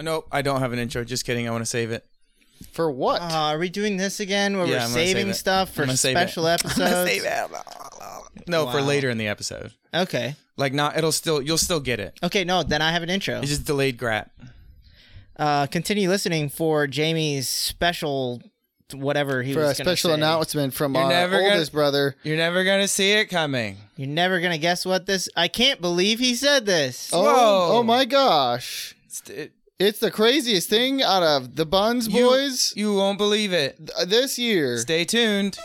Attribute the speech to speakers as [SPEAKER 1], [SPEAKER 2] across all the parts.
[SPEAKER 1] Nope, I don't have an intro. Just kidding. I want to save it.
[SPEAKER 2] For what?
[SPEAKER 3] Uh, are we doing this again where
[SPEAKER 1] Yeah,
[SPEAKER 3] we're
[SPEAKER 1] I'm gonna
[SPEAKER 3] saving
[SPEAKER 1] save it.
[SPEAKER 3] stuff
[SPEAKER 1] I'm
[SPEAKER 3] for
[SPEAKER 1] gonna save it.
[SPEAKER 3] special
[SPEAKER 1] I'm gonna
[SPEAKER 3] episodes?
[SPEAKER 1] save it. No, for
[SPEAKER 3] Wow.
[SPEAKER 1] later in the episode.
[SPEAKER 3] Okay.
[SPEAKER 1] Like not it'll still you'll still get it.
[SPEAKER 3] Okay, no, then I have an intro.
[SPEAKER 1] It's just delayed grat.
[SPEAKER 3] Uh, continue listening for Jamie's special whatever he
[SPEAKER 2] for a
[SPEAKER 3] was gonna
[SPEAKER 2] special
[SPEAKER 3] say.
[SPEAKER 2] announcement from
[SPEAKER 1] You're
[SPEAKER 2] our
[SPEAKER 1] never gonna-
[SPEAKER 2] oldest brother.
[SPEAKER 1] You're never gonna see it coming.
[SPEAKER 3] You're never going to guess what this I can't believe he said this.
[SPEAKER 2] Oh,
[SPEAKER 1] Whoa.
[SPEAKER 2] oh my gosh.
[SPEAKER 1] It's- it-
[SPEAKER 2] It's the craziest thing out of the Buns
[SPEAKER 1] you-
[SPEAKER 2] Boys
[SPEAKER 1] you won't believe it.
[SPEAKER 2] th- uh, this year.
[SPEAKER 1] Stay tuned.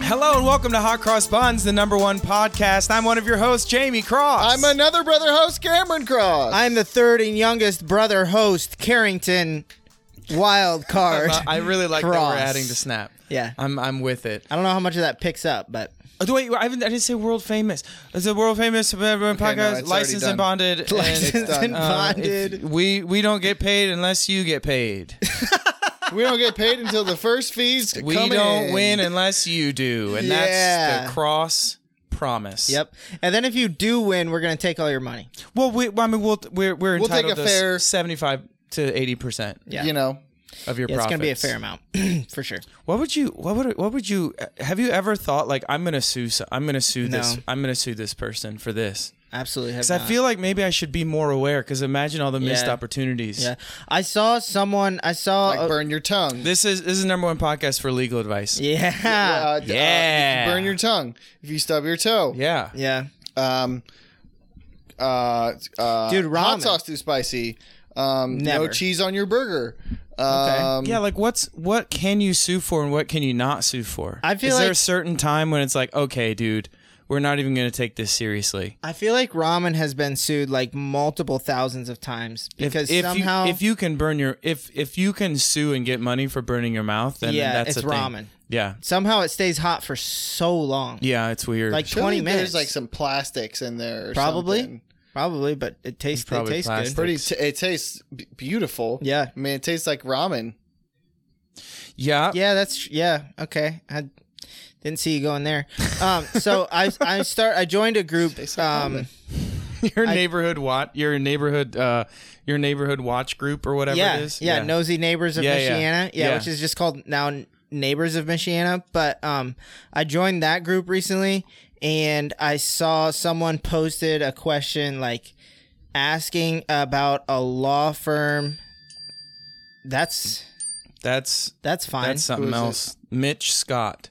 [SPEAKER 1] Hello and welcome to Hot Cross Buns, the number one podcast. I'm one of your hosts, Jamie Cross.
[SPEAKER 2] I'm another brother host, Cameron Cross.
[SPEAKER 3] I'm the third and youngest brother host, Carrington Wild Card.
[SPEAKER 1] I really like that
[SPEAKER 3] Cross.
[SPEAKER 1] we're adding to Snap.
[SPEAKER 3] yeah. I
[SPEAKER 1] I'm I'm with it.
[SPEAKER 3] don't know how much of that picks up, but
[SPEAKER 1] Oh, do- wait, I, haven't, I didn't say world famous. It's a world famous everyone
[SPEAKER 2] Okay, no,
[SPEAKER 1] podcast,
[SPEAKER 2] it's already
[SPEAKER 1] licensed
[SPEAKER 2] done.
[SPEAKER 1] and bonded. and,
[SPEAKER 3] licensed
[SPEAKER 2] done.
[SPEAKER 3] and
[SPEAKER 1] uh, if-
[SPEAKER 3] bonded.
[SPEAKER 1] we we don't get paid unless you get paid.
[SPEAKER 2] we don't get paid until the first fees
[SPEAKER 1] We
[SPEAKER 2] come
[SPEAKER 1] don't
[SPEAKER 2] in.
[SPEAKER 1] win unless you do, and that's
[SPEAKER 3] Yeah.
[SPEAKER 1] the cross promise.
[SPEAKER 3] Yep. And then if you do win, we're going to take all your money.
[SPEAKER 1] Well, we, I mean, we'll we're we're
[SPEAKER 2] We'll take
[SPEAKER 1] entitled to
[SPEAKER 2] a fair-
[SPEAKER 1] seventy-five to eighty percent
[SPEAKER 3] Yeah.
[SPEAKER 2] You know,
[SPEAKER 1] of your
[SPEAKER 3] Yeah, it's
[SPEAKER 1] profits.
[SPEAKER 3] going to be a fair amount for sure.
[SPEAKER 1] What would you? What would? What would you? uh, Have you ever thought like I'm gonna sue? so- I'm gonna sue this.
[SPEAKER 3] No.
[SPEAKER 1] I'm gonna sue this person for this.
[SPEAKER 3] Absolutely. have
[SPEAKER 1] Because I
[SPEAKER 3] not.
[SPEAKER 1] feel like maybe I should be more aware. Because imagine all the missed
[SPEAKER 3] Yeah.
[SPEAKER 1] opportunities.
[SPEAKER 3] Yeah. I saw someone. I saw.
[SPEAKER 2] like
[SPEAKER 3] uh,
[SPEAKER 2] burn your tongue.
[SPEAKER 1] This is this is number one podcast for legal advice.
[SPEAKER 3] yeah. Yeah.
[SPEAKER 2] Uh, d- uh,
[SPEAKER 1] Yeah.
[SPEAKER 2] if you burn your tongue if you stub your toe.
[SPEAKER 1] Yeah.
[SPEAKER 2] Um, uh, uh,
[SPEAKER 3] Dude,
[SPEAKER 2] hot
[SPEAKER 3] ramen.
[SPEAKER 2] sauce too spicy. Um, no
[SPEAKER 3] Never.
[SPEAKER 2] cheese on your burger. Um,
[SPEAKER 1] yeah, like what's what can you sue for and what can you not sue for?
[SPEAKER 3] I feel
[SPEAKER 1] is there a
[SPEAKER 3] like-
[SPEAKER 1] certain time when it's like, okay, dude, we're not even going to take this seriously.
[SPEAKER 3] I feel like ramen has been sued like multiple thousands of times
[SPEAKER 1] If,
[SPEAKER 3] because
[SPEAKER 1] if
[SPEAKER 3] somehow.
[SPEAKER 1] you, if you can burn your if if you can sue and get money for burning your mouth, then
[SPEAKER 3] yeah,
[SPEAKER 1] that's
[SPEAKER 3] it's
[SPEAKER 1] a thing.
[SPEAKER 3] ramen.
[SPEAKER 1] Yeah,
[SPEAKER 3] Somehow it stays hot for so long.
[SPEAKER 1] yeah, it's weird.
[SPEAKER 3] Like
[SPEAKER 2] surely
[SPEAKER 3] 20 minutes.
[SPEAKER 2] There's like some plastics in there. Or
[SPEAKER 3] Probably.
[SPEAKER 2] something.
[SPEAKER 3] Probably, but it tastes. They
[SPEAKER 1] Probably
[SPEAKER 3] taste
[SPEAKER 1] plastic.
[SPEAKER 3] good.
[SPEAKER 2] Pretty. T- it tastes b- beautiful.
[SPEAKER 3] Yeah.
[SPEAKER 2] I mean, it tastes like ramen.
[SPEAKER 1] yeah,
[SPEAKER 3] Yeah, that's yeah. Okay, I didn't see you going there. Um, so I I start. I joined a group. Um,
[SPEAKER 1] your neighborhood watch, your neighborhood, uh, your neighborhood watch group or whatever
[SPEAKER 3] yeah,
[SPEAKER 1] it is.
[SPEAKER 3] yeah, nosy neighbors of
[SPEAKER 1] Yeah, yeah.
[SPEAKER 3] Michiana, yeah.
[SPEAKER 1] Yeah.
[SPEAKER 3] which is just called now neighbors of Michiana. But um, I joined that group recently, and I saw someone posted a question like asking about a law firm. That's
[SPEAKER 1] that's
[SPEAKER 3] that's fine.
[SPEAKER 1] that's something
[SPEAKER 2] Who is it?
[SPEAKER 1] else. Mitch Scott.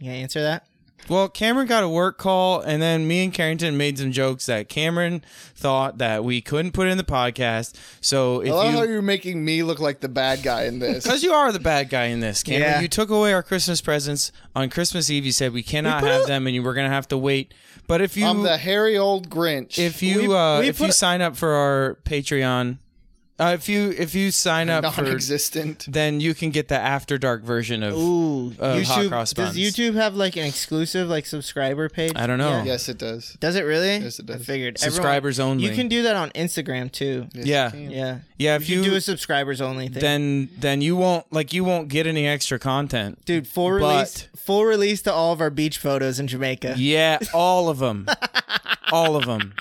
[SPEAKER 3] you gonna answer that?
[SPEAKER 1] Well, Cameron got a work call, and then me and Carrington made some jokes that Cameron thought that we couldn't put in the podcast. So if
[SPEAKER 2] I love how
[SPEAKER 1] you,
[SPEAKER 2] you're making me look like the bad guy in this.
[SPEAKER 1] because you are the bad guy in this, Cameron,
[SPEAKER 3] Yeah.
[SPEAKER 1] you took away our Christmas presents on Christmas Eve. You said we cannot have them, and you were gonna have to wait. But if you,
[SPEAKER 2] I'm the hairy old Grinch.
[SPEAKER 1] if you,
[SPEAKER 3] We-
[SPEAKER 1] uh,
[SPEAKER 3] we
[SPEAKER 1] if
[SPEAKER 3] put-
[SPEAKER 1] you sign up for our Patreon, uh, if you if you sign up for,
[SPEAKER 2] non-existent.
[SPEAKER 1] then you can get the After Dark version of.
[SPEAKER 3] Ooh,
[SPEAKER 1] Uh, hot
[SPEAKER 3] YouTube.
[SPEAKER 1] cross
[SPEAKER 3] does
[SPEAKER 1] buns.
[SPEAKER 3] YouTube have like an exclusive like subscriber page?
[SPEAKER 1] I don't know.
[SPEAKER 3] Yeah.
[SPEAKER 2] yes, it does.
[SPEAKER 3] Does it really?
[SPEAKER 2] Yes, it
[SPEAKER 3] I
[SPEAKER 2] does.
[SPEAKER 3] figured Everyone-
[SPEAKER 1] Subscribers only.
[SPEAKER 3] You can do that on Instagram too.
[SPEAKER 2] Yes,
[SPEAKER 1] Yeah.
[SPEAKER 2] it can.
[SPEAKER 3] Yeah,
[SPEAKER 1] yeah,
[SPEAKER 3] if you do a subscribers only thing,
[SPEAKER 1] then then you won't like you won't get any extra content.
[SPEAKER 3] dude, full release, full release to all of our beach photos in Jamaica.
[SPEAKER 1] Yeah, all of them. all of them.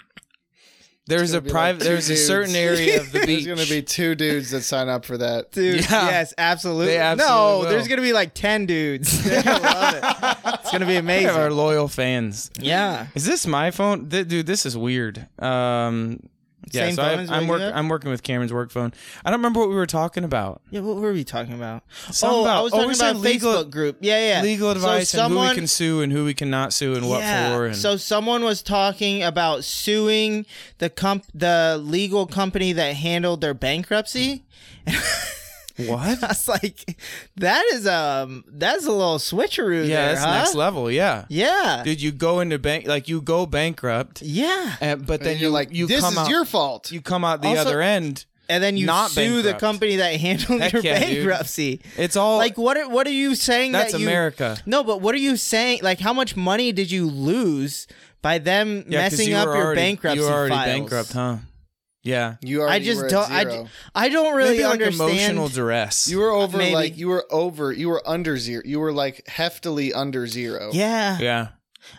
[SPEAKER 1] There's a
[SPEAKER 2] gonna be
[SPEAKER 1] private
[SPEAKER 2] like two
[SPEAKER 1] there's a
[SPEAKER 2] dudes.
[SPEAKER 1] certain area of the
[SPEAKER 2] There's
[SPEAKER 1] beach.
[SPEAKER 2] gonna be two dudes that sign up for that.
[SPEAKER 3] Dude,
[SPEAKER 1] Yeah.
[SPEAKER 3] yes, absolutely.
[SPEAKER 1] They absolutely
[SPEAKER 3] no,
[SPEAKER 1] will.
[SPEAKER 3] there's gonna be like ten dudes. They're gonna love it. It's gonna be
[SPEAKER 1] We have our
[SPEAKER 3] amazing.
[SPEAKER 1] loyal fans.
[SPEAKER 3] Yeah,
[SPEAKER 1] Is this my phone? Th- dude, this is weird. Um Yeah,
[SPEAKER 3] Same
[SPEAKER 1] so
[SPEAKER 3] phone as
[SPEAKER 1] I,
[SPEAKER 3] what
[SPEAKER 1] I'm
[SPEAKER 3] you
[SPEAKER 1] work,
[SPEAKER 3] got?
[SPEAKER 1] I'm working with Cameron's work phone. I don't remember what we were talking about.
[SPEAKER 3] Yeah, what were we talking about?
[SPEAKER 1] Something
[SPEAKER 3] oh, I
[SPEAKER 1] about-
[SPEAKER 3] was
[SPEAKER 1] oh,
[SPEAKER 3] talking
[SPEAKER 1] we said
[SPEAKER 3] about
[SPEAKER 1] legal-
[SPEAKER 3] Facebook group. Yeah, yeah.
[SPEAKER 1] Legal
[SPEAKER 3] So
[SPEAKER 1] advice and who
[SPEAKER 3] someone-
[SPEAKER 1] we can sue and who we cannot sue and what
[SPEAKER 3] yeah.
[SPEAKER 1] for. And
[SPEAKER 3] So someone was talking about suing the comp the legal company that handled their bankruptcy. I
[SPEAKER 1] what?
[SPEAKER 3] was like, that is um that's a little
[SPEAKER 1] Yeah,
[SPEAKER 3] switcheroo there,
[SPEAKER 1] that's
[SPEAKER 3] huh?
[SPEAKER 1] next level. Yeah,
[SPEAKER 3] Yeah.
[SPEAKER 1] dude, you go into bank like you go bankrupt,
[SPEAKER 3] Yeah.
[SPEAKER 1] and, but then
[SPEAKER 2] And
[SPEAKER 1] you
[SPEAKER 2] you're like,
[SPEAKER 1] you
[SPEAKER 2] this
[SPEAKER 1] come
[SPEAKER 2] is
[SPEAKER 1] out
[SPEAKER 2] your fault.
[SPEAKER 1] you come out the
[SPEAKER 3] Also-
[SPEAKER 1] other end.
[SPEAKER 3] And then you
[SPEAKER 1] Not
[SPEAKER 3] sue the
[SPEAKER 1] bankrupt.
[SPEAKER 3] company that handled
[SPEAKER 1] Heck
[SPEAKER 3] your
[SPEAKER 1] yeah, dude.
[SPEAKER 3] bankruptcy.
[SPEAKER 1] It's all
[SPEAKER 3] Like what are what are you saying
[SPEAKER 1] that's
[SPEAKER 3] that you
[SPEAKER 1] America.
[SPEAKER 3] No, but what are you saying? Like, how much money did you lose by them
[SPEAKER 1] Yeah, 'cause
[SPEAKER 3] messing
[SPEAKER 1] you
[SPEAKER 3] up
[SPEAKER 1] were
[SPEAKER 3] your
[SPEAKER 1] already,
[SPEAKER 3] bankruptcy
[SPEAKER 1] You were already
[SPEAKER 3] files?
[SPEAKER 1] bankrupt, huh? Yeah,
[SPEAKER 2] you
[SPEAKER 3] I
[SPEAKER 2] already
[SPEAKER 3] just
[SPEAKER 2] were at
[SPEAKER 3] don't. I,
[SPEAKER 2] zero.
[SPEAKER 3] ju- I don't really
[SPEAKER 1] maybe like
[SPEAKER 3] understand.
[SPEAKER 1] emotional duress.
[SPEAKER 2] you were over
[SPEAKER 3] Maybe.
[SPEAKER 2] like you were over you were under zero. You were like heftily under zero.
[SPEAKER 3] yeah.
[SPEAKER 1] yeah,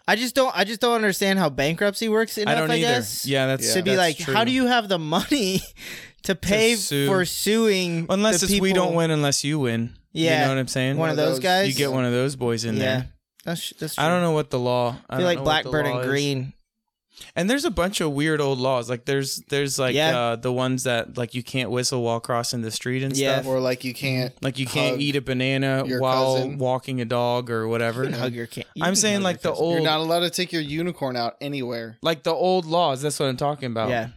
[SPEAKER 3] I just don't. I just don't understand how bankruptcy works. Enough,
[SPEAKER 1] I don't either.
[SPEAKER 3] guess,
[SPEAKER 1] Yeah, that's
[SPEAKER 2] Yeah.
[SPEAKER 3] To be
[SPEAKER 1] that's
[SPEAKER 3] like,
[SPEAKER 1] true.
[SPEAKER 3] how do you have the money to pay
[SPEAKER 1] sue.
[SPEAKER 3] for suing?
[SPEAKER 1] Unless
[SPEAKER 3] the
[SPEAKER 1] it's we
[SPEAKER 3] people-
[SPEAKER 1] don't win unless you win.
[SPEAKER 3] Yeah.
[SPEAKER 1] you know what I'm saying.
[SPEAKER 3] One of those guys.
[SPEAKER 1] you get one of those boys in
[SPEAKER 3] yeah.
[SPEAKER 1] there.
[SPEAKER 3] That's that's. True.
[SPEAKER 1] I don't know what the law. I
[SPEAKER 3] I feel
[SPEAKER 1] don't
[SPEAKER 3] like
[SPEAKER 1] know what the
[SPEAKER 3] Blackbird
[SPEAKER 1] law
[SPEAKER 3] and
[SPEAKER 1] is.
[SPEAKER 3] Green.
[SPEAKER 1] And there's a bunch of weird old laws. Like there's there's like
[SPEAKER 3] Yeah.
[SPEAKER 1] uh, the ones that like you can't whistle while crossing the street and
[SPEAKER 3] Yeah.
[SPEAKER 1] stuff.
[SPEAKER 2] Or like you can't
[SPEAKER 1] Like you can't
[SPEAKER 2] Hug
[SPEAKER 1] eat a banana
[SPEAKER 2] your
[SPEAKER 1] while
[SPEAKER 2] cousin.
[SPEAKER 1] walking a dog or whatever.
[SPEAKER 3] You can hug your can- you
[SPEAKER 1] I'm
[SPEAKER 3] can
[SPEAKER 1] saying
[SPEAKER 3] hug
[SPEAKER 1] like
[SPEAKER 3] your
[SPEAKER 1] the
[SPEAKER 3] cousin.
[SPEAKER 1] old
[SPEAKER 2] you're not allowed to take your unicorn out anywhere.
[SPEAKER 1] like the old laws. That's what I'm talking about.
[SPEAKER 3] Yeah.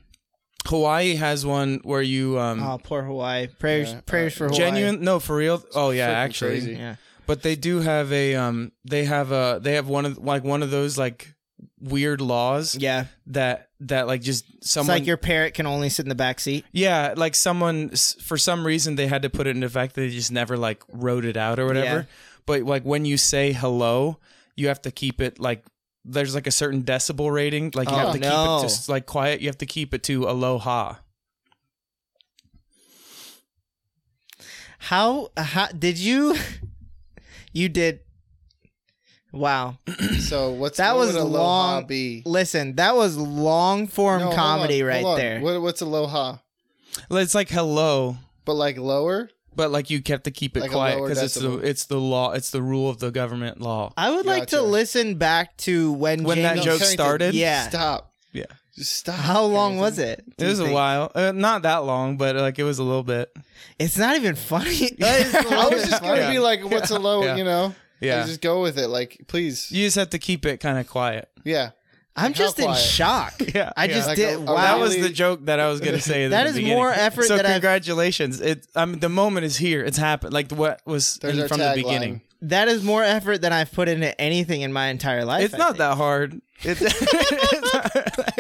[SPEAKER 1] Hawaii has one where you um
[SPEAKER 3] Oh, poor Hawaii. Prayers,
[SPEAKER 2] Yeah.
[SPEAKER 3] prayers for Hawaii.
[SPEAKER 1] genuine no for real. Oh yeah,
[SPEAKER 2] freaking
[SPEAKER 1] actually.
[SPEAKER 2] crazy.
[SPEAKER 3] Yeah.
[SPEAKER 1] But they do have a um they have a they have one of like one of those like weird laws
[SPEAKER 3] Yeah.
[SPEAKER 1] that that like just someone
[SPEAKER 3] it's like your parrot can only sit in the back seat.
[SPEAKER 1] Yeah, like someone s- for some reason they had to put it in effect. They just never like wrote it out or whatever.
[SPEAKER 3] Yeah.
[SPEAKER 1] But like when you say hello, you have to keep it like there's like a certain decibel rating. Like you
[SPEAKER 3] Oh,
[SPEAKER 1] have to
[SPEAKER 3] no.
[SPEAKER 1] keep it just like quiet. You have to keep it to aloha.
[SPEAKER 3] How, how did you? You did. Wow.
[SPEAKER 2] So what's
[SPEAKER 3] That
[SPEAKER 2] what
[SPEAKER 3] was
[SPEAKER 2] would aloha
[SPEAKER 3] long
[SPEAKER 2] be?
[SPEAKER 3] Listen, that was long form
[SPEAKER 2] No, hold
[SPEAKER 3] comedy
[SPEAKER 2] on,
[SPEAKER 3] right
[SPEAKER 2] hold on.
[SPEAKER 3] there.
[SPEAKER 2] What, what's aloha?
[SPEAKER 1] It's like hello,
[SPEAKER 2] But like lower?
[SPEAKER 1] but like you have to keep it
[SPEAKER 2] Like a
[SPEAKER 1] quiet
[SPEAKER 2] lower
[SPEAKER 1] because it's the
[SPEAKER 2] decibel.
[SPEAKER 1] it's the law. It's the rule of the government law.
[SPEAKER 3] I would like to
[SPEAKER 2] Gotcha.
[SPEAKER 3] listen back to when
[SPEAKER 1] When that
[SPEAKER 3] James-
[SPEAKER 1] joke
[SPEAKER 2] Carrington,
[SPEAKER 1] started,
[SPEAKER 3] Yeah.
[SPEAKER 2] Stop.
[SPEAKER 1] Yeah.
[SPEAKER 2] Just stop.
[SPEAKER 3] How long
[SPEAKER 2] Carrington.
[SPEAKER 3] was it?
[SPEAKER 1] it
[SPEAKER 3] do you
[SPEAKER 1] was a
[SPEAKER 3] think?
[SPEAKER 1] while, uh, not that long, but like it was a little bit.
[SPEAKER 3] It's not even funny.
[SPEAKER 2] I was just gonna
[SPEAKER 1] Yeah.
[SPEAKER 2] be like, "What's a low?"
[SPEAKER 1] Yeah.
[SPEAKER 2] You know,
[SPEAKER 1] Yeah,
[SPEAKER 2] Like, just go with it. Like, please,
[SPEAKER 1] you just have to keep it kind of quiet.
[SPEAKER 2] yeah.
[SPEAKER 3] I'm
[SPEAKER 2] How
[SPEAKER 3] just in
[SPEAKER 2] quiet?
[SPEAKER 3] shock.
[SPEAKER 1] Yeah,
[SPEAKER 3] I
[SPEAKER 1] yeah.
[SPEAKER 3] just
[SPEAKER 2] Like
[SPEAKER 3] did.
[SPEAKER 2] a- a
[SPEAKER 3] wow.
[SPEAKER 1] That was
[SPEAKER 2] Really-
[SPEAKER 1] the joke that I was gonna say.
[SPEAKER 3] That
[SPEAKER 1] in
[SPEAKER 3] is
[SPEAKER 1] the beginning.
[SPEAKER 3] more effort
[SPEAKER 1] So
[SPEAKER 3] that I've-
[SPEAKER 1] congratulations! It, I mean, the moment is here. It's happened. Like what was
[SPEAKER 2] There's
[SPEAKER 1] in-
[SPEAKER 2] our
[SPEAKER 1] from the beginning.
[SPEAKER 2] tagline.
[SPEAKER 3] that is more effort than I've put into anything in my entire life.
[SPEAKER 1] It's
[SPEAKER 3] I
[SPEAKER 1] not
[SPEAKER 3] think.
[SPEAKER 1] that hard. It's,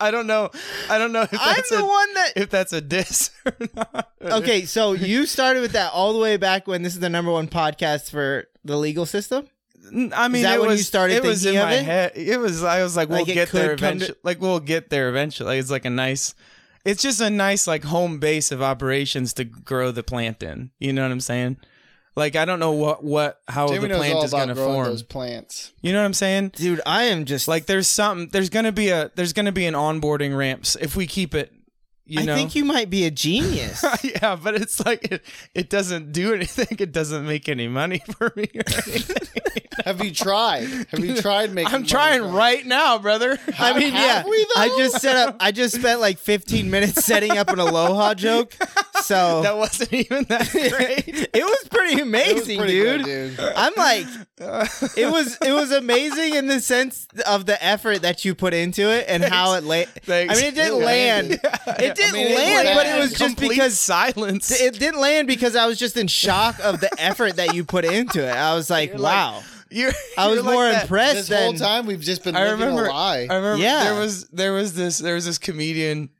[SPEAKER 1] I don't know. I don't know if
[SPEAKER 3] I'm
[SPEAKER 1] that's
[SPEAKER 3] the
[SPEAKER 1] a
[SPEAKER 3] one that
[SPEAKER 1] if that's a diss or not.
[SPEAKER 3] okay, so you started with that all the way back when this is the number one podcast for the legal system.
[SPEAKER 1] I mean,
[SPEAKER 3] that
[SPEAKER 1] it
[SPEAKER 3] when you
[SPEAKER 1] was
[SPEAKER 3] started
[SPEAKER 1] it was in
[SPEAKER 3] thinking of
[SPEAKER 1] my
[SPEAKER 3] it?
[SPEAKER 1] head. It was. I was like, we'll
[SPEAKER 3] Like, it
[SPEAKER 1] get there
[SPEAKER 3] could come to-
[SPEAKER 1] eventually. like we'll get there eventually. It's like a nice. It's just a nice like home base of operations to grow the plant in. You know what I'm saying? Like I don't know what what how
[SPEAKER 2] Jamie
[SPEAKER 1] Oh, the
[SPEAKER 2] knows all
[SPEAKER 1] plant is
[SPEAKER 2] about
[SPEAKER 1] going to
[SPEAKER 2] growing
[SPEAKER 1] form.
[SPEAKER 2] those plants.
[SPEAKER 1] You know what I'm saying?
[SPEAKER 3] Dude, I am just
[SPEAKER 1] Like there's something. There's going to be a there's going to be an onboarding ramps if we keep it. You
[SPEAKER 3] I
[SPEAKER 1] know.
[SPEAKER 3] think you might be a genius.
[SPEAKER 1] yeah, but it's like it, it doesn't do anything. It doesn't make any money for me. Or anything.
[SPEAKER 2] Have you tried? Have you tried making?
[SPEAKER 1] I'm
[SPEAKER 2] money
[SPEAKER 1] trying
[SPEAKER 2] from it?
[SPEAKER 1] right now, brother.
[SPEAKER 3] I mean, yeah,
[SPEAKER 2] Have we, though?
[SPEAKER 3] I just set up. I just spent like 15 minutes setting up an aloha joke, so
[SPEAKER 1] that wasn't even that Oh. great.
[SPEAKER 3] it was pretty
[SPEAKER 2] It was
[SPEAKER 3] amazing,
[SPEAKER 2] pretty
[SPEAKER 3] dude.
[SPEAKER 2] good, dude.
[SPEAKER 3] I'm like, it was it was amazing in the sense of the effort that you put into it and how it la-
[SPEAKER 1] Thanks.
[SPEAKER 3] I mean, it didn't
[SPEAKER 2] It
[SPEAKER 3] land.
[SPEAKER 2] landed.
[SPEAKER 3] It didn't
[SPEAKER 2] mean, it
[SPEAKER 3] land,
[SPEAKER 2] landed.
[SPEAKER 3] but it was just
[SPEAKER 1] Complete
[SPEAKER 3] because
[SPEAKER 1] silence.
[SPEAKER 3] it didn't land because I was just in shock of the effort that you put into it. I was like, wow.
[SPEAKER 1] You're-
[SPEAKER 3] I was
[SPEAKER 1] you're like
[SPEAKER 3] more
[SPEAKER 1] that-
[SPEAKER 3] impressed
[SPEAKER 2] This
[SPEAKER 3] than
[SPEAKER 2] whole time we've just been
[SPEAKER 1] I
[SPEAKER 2] living
[SPEAKER 1] remember.
[SPEAKER 2] a lie.
[SPEAKER 1] I remember.
[SPEAKER 3] Yeah.
[SPEAKER 1] There was there was this there was this comedian.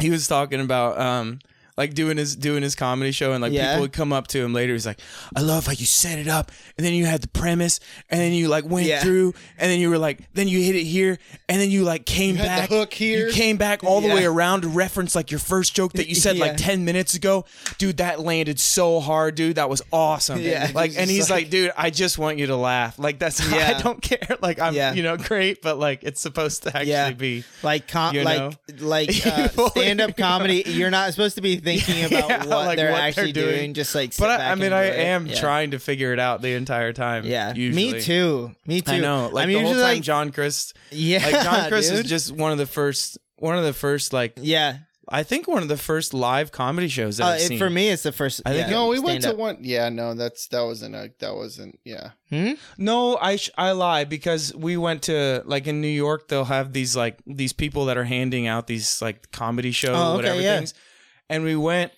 [SPEAKER 1] He was talking about um like doing his doing his comedy show and like
[SPEAKER 3] Yeah.
[SPEAKER 1] people would come up to him later. He's like, I love how you set it up and then you had the premise and then you like went
[SPEAKER 3] Yeah.
[SPEAKER 1] through and then you were like then you hit it here and then you like came
[SPEAKER 2] had the
[SPEAKER 1] back
[SPEAKER 2] hook here.
[SPEAKER 1] You came back all the
[SPEAKER 3] Yeah.
[SPEAKER 1] way around to reference like your first joke that you said
[SPEAKER 3] Yeah.
[SPEAKER 1] like ten minutes ago. Dude, that landed so hard, dude. That was awesome.
[SPEAKER 3] Yeah.
[SPEAKER 1] Like and he's like, dude, I just want you to laugh. Like that's
[SPEAKER 3] Yeah.
[SPEAKER 1] I don't care. Like I'm
[SPEAKER 3] Yeah.
[SPEAKER 1] you know great, but like it's supposed to actually
[SPEAKER 3] Yeah.
[SPEAKER 1] be.
[SPEAKER 3] like com-
[SPEAKER 1] You
[SPEAKER 3] like
[SPEAKER 1] know?
[SPEAKER 3] like uh,
[SPEAKER 1] You know,
[SPEAKER 3] stand up comedy. You're not supposed to be thinking about
[SPEAKER 1] Yeah,
[SPEAKER 3] what
[SPEAKER 1] like
[SPEAKER 3] they're
[SPEAKER 1] what they're
[SPEAKER 3] actually doing.
[SPEAKER 1] doing.
[SPEAKER 3] Just like, sit
[SPEAKER 1] But I,
[SPEAKER 3] back
[SPEAKER 1] I mean,
[SPEAKER 3] and
[SPEAKER 1] I
[SPEAKER 3] do it.
[SPEAKER 1] am
[SPEAKER 3] Yeah.
[SPEAKER 1] trying to figure it out the entire time.
[SPEAKER 3] Yeah,
[SPEAKER 1] usually.
[SPEAKER 3] me too. Me too.
[SPEAKER 1] I know. Like
[SPEAKER 3] I'm
[SPEAKER 1] the
[SPEAKER 3] usually
[SPEAKER 1] whole time,
[SPEAKER 3] like,
[SPEAKER 1] John Chris.
[SPEAKER 3] yeah,
[SPEAKER 1] Like John Chris
[SPEAKER 3] dude.
[SPEAKER 1] is just one of the first one of the first like
[SPEAKER 3] Yeah.
[SPEAKER 1] I think one of the first live comedy shows that
[SPEAKER 3] Uh,
[SPEAKER 1] I've
[SPEAKER 3] it,
[SPEAKER 1] seen.
[SPEAKER 3] for me, it's the first.
[SPEAKER 1] I think-
[SPEAKER 3] yeah,
[SPEAKER 2] No, we went to
[SPEAKER 3] stand-up.
[SPEAKER 2] one. Yeah, no, that's that wasn't a that wasn't. Yeah,
[SPEAKER 1] No, I sh- I lie because we went to like in New York they'll have these like these people that are handing out these like comedy show
[SPEAKER 3] Oh, okay,
[SPEAKER 1] whatever
[SPEAKER 3] yeah.
[SPEAKER 1] things, and we went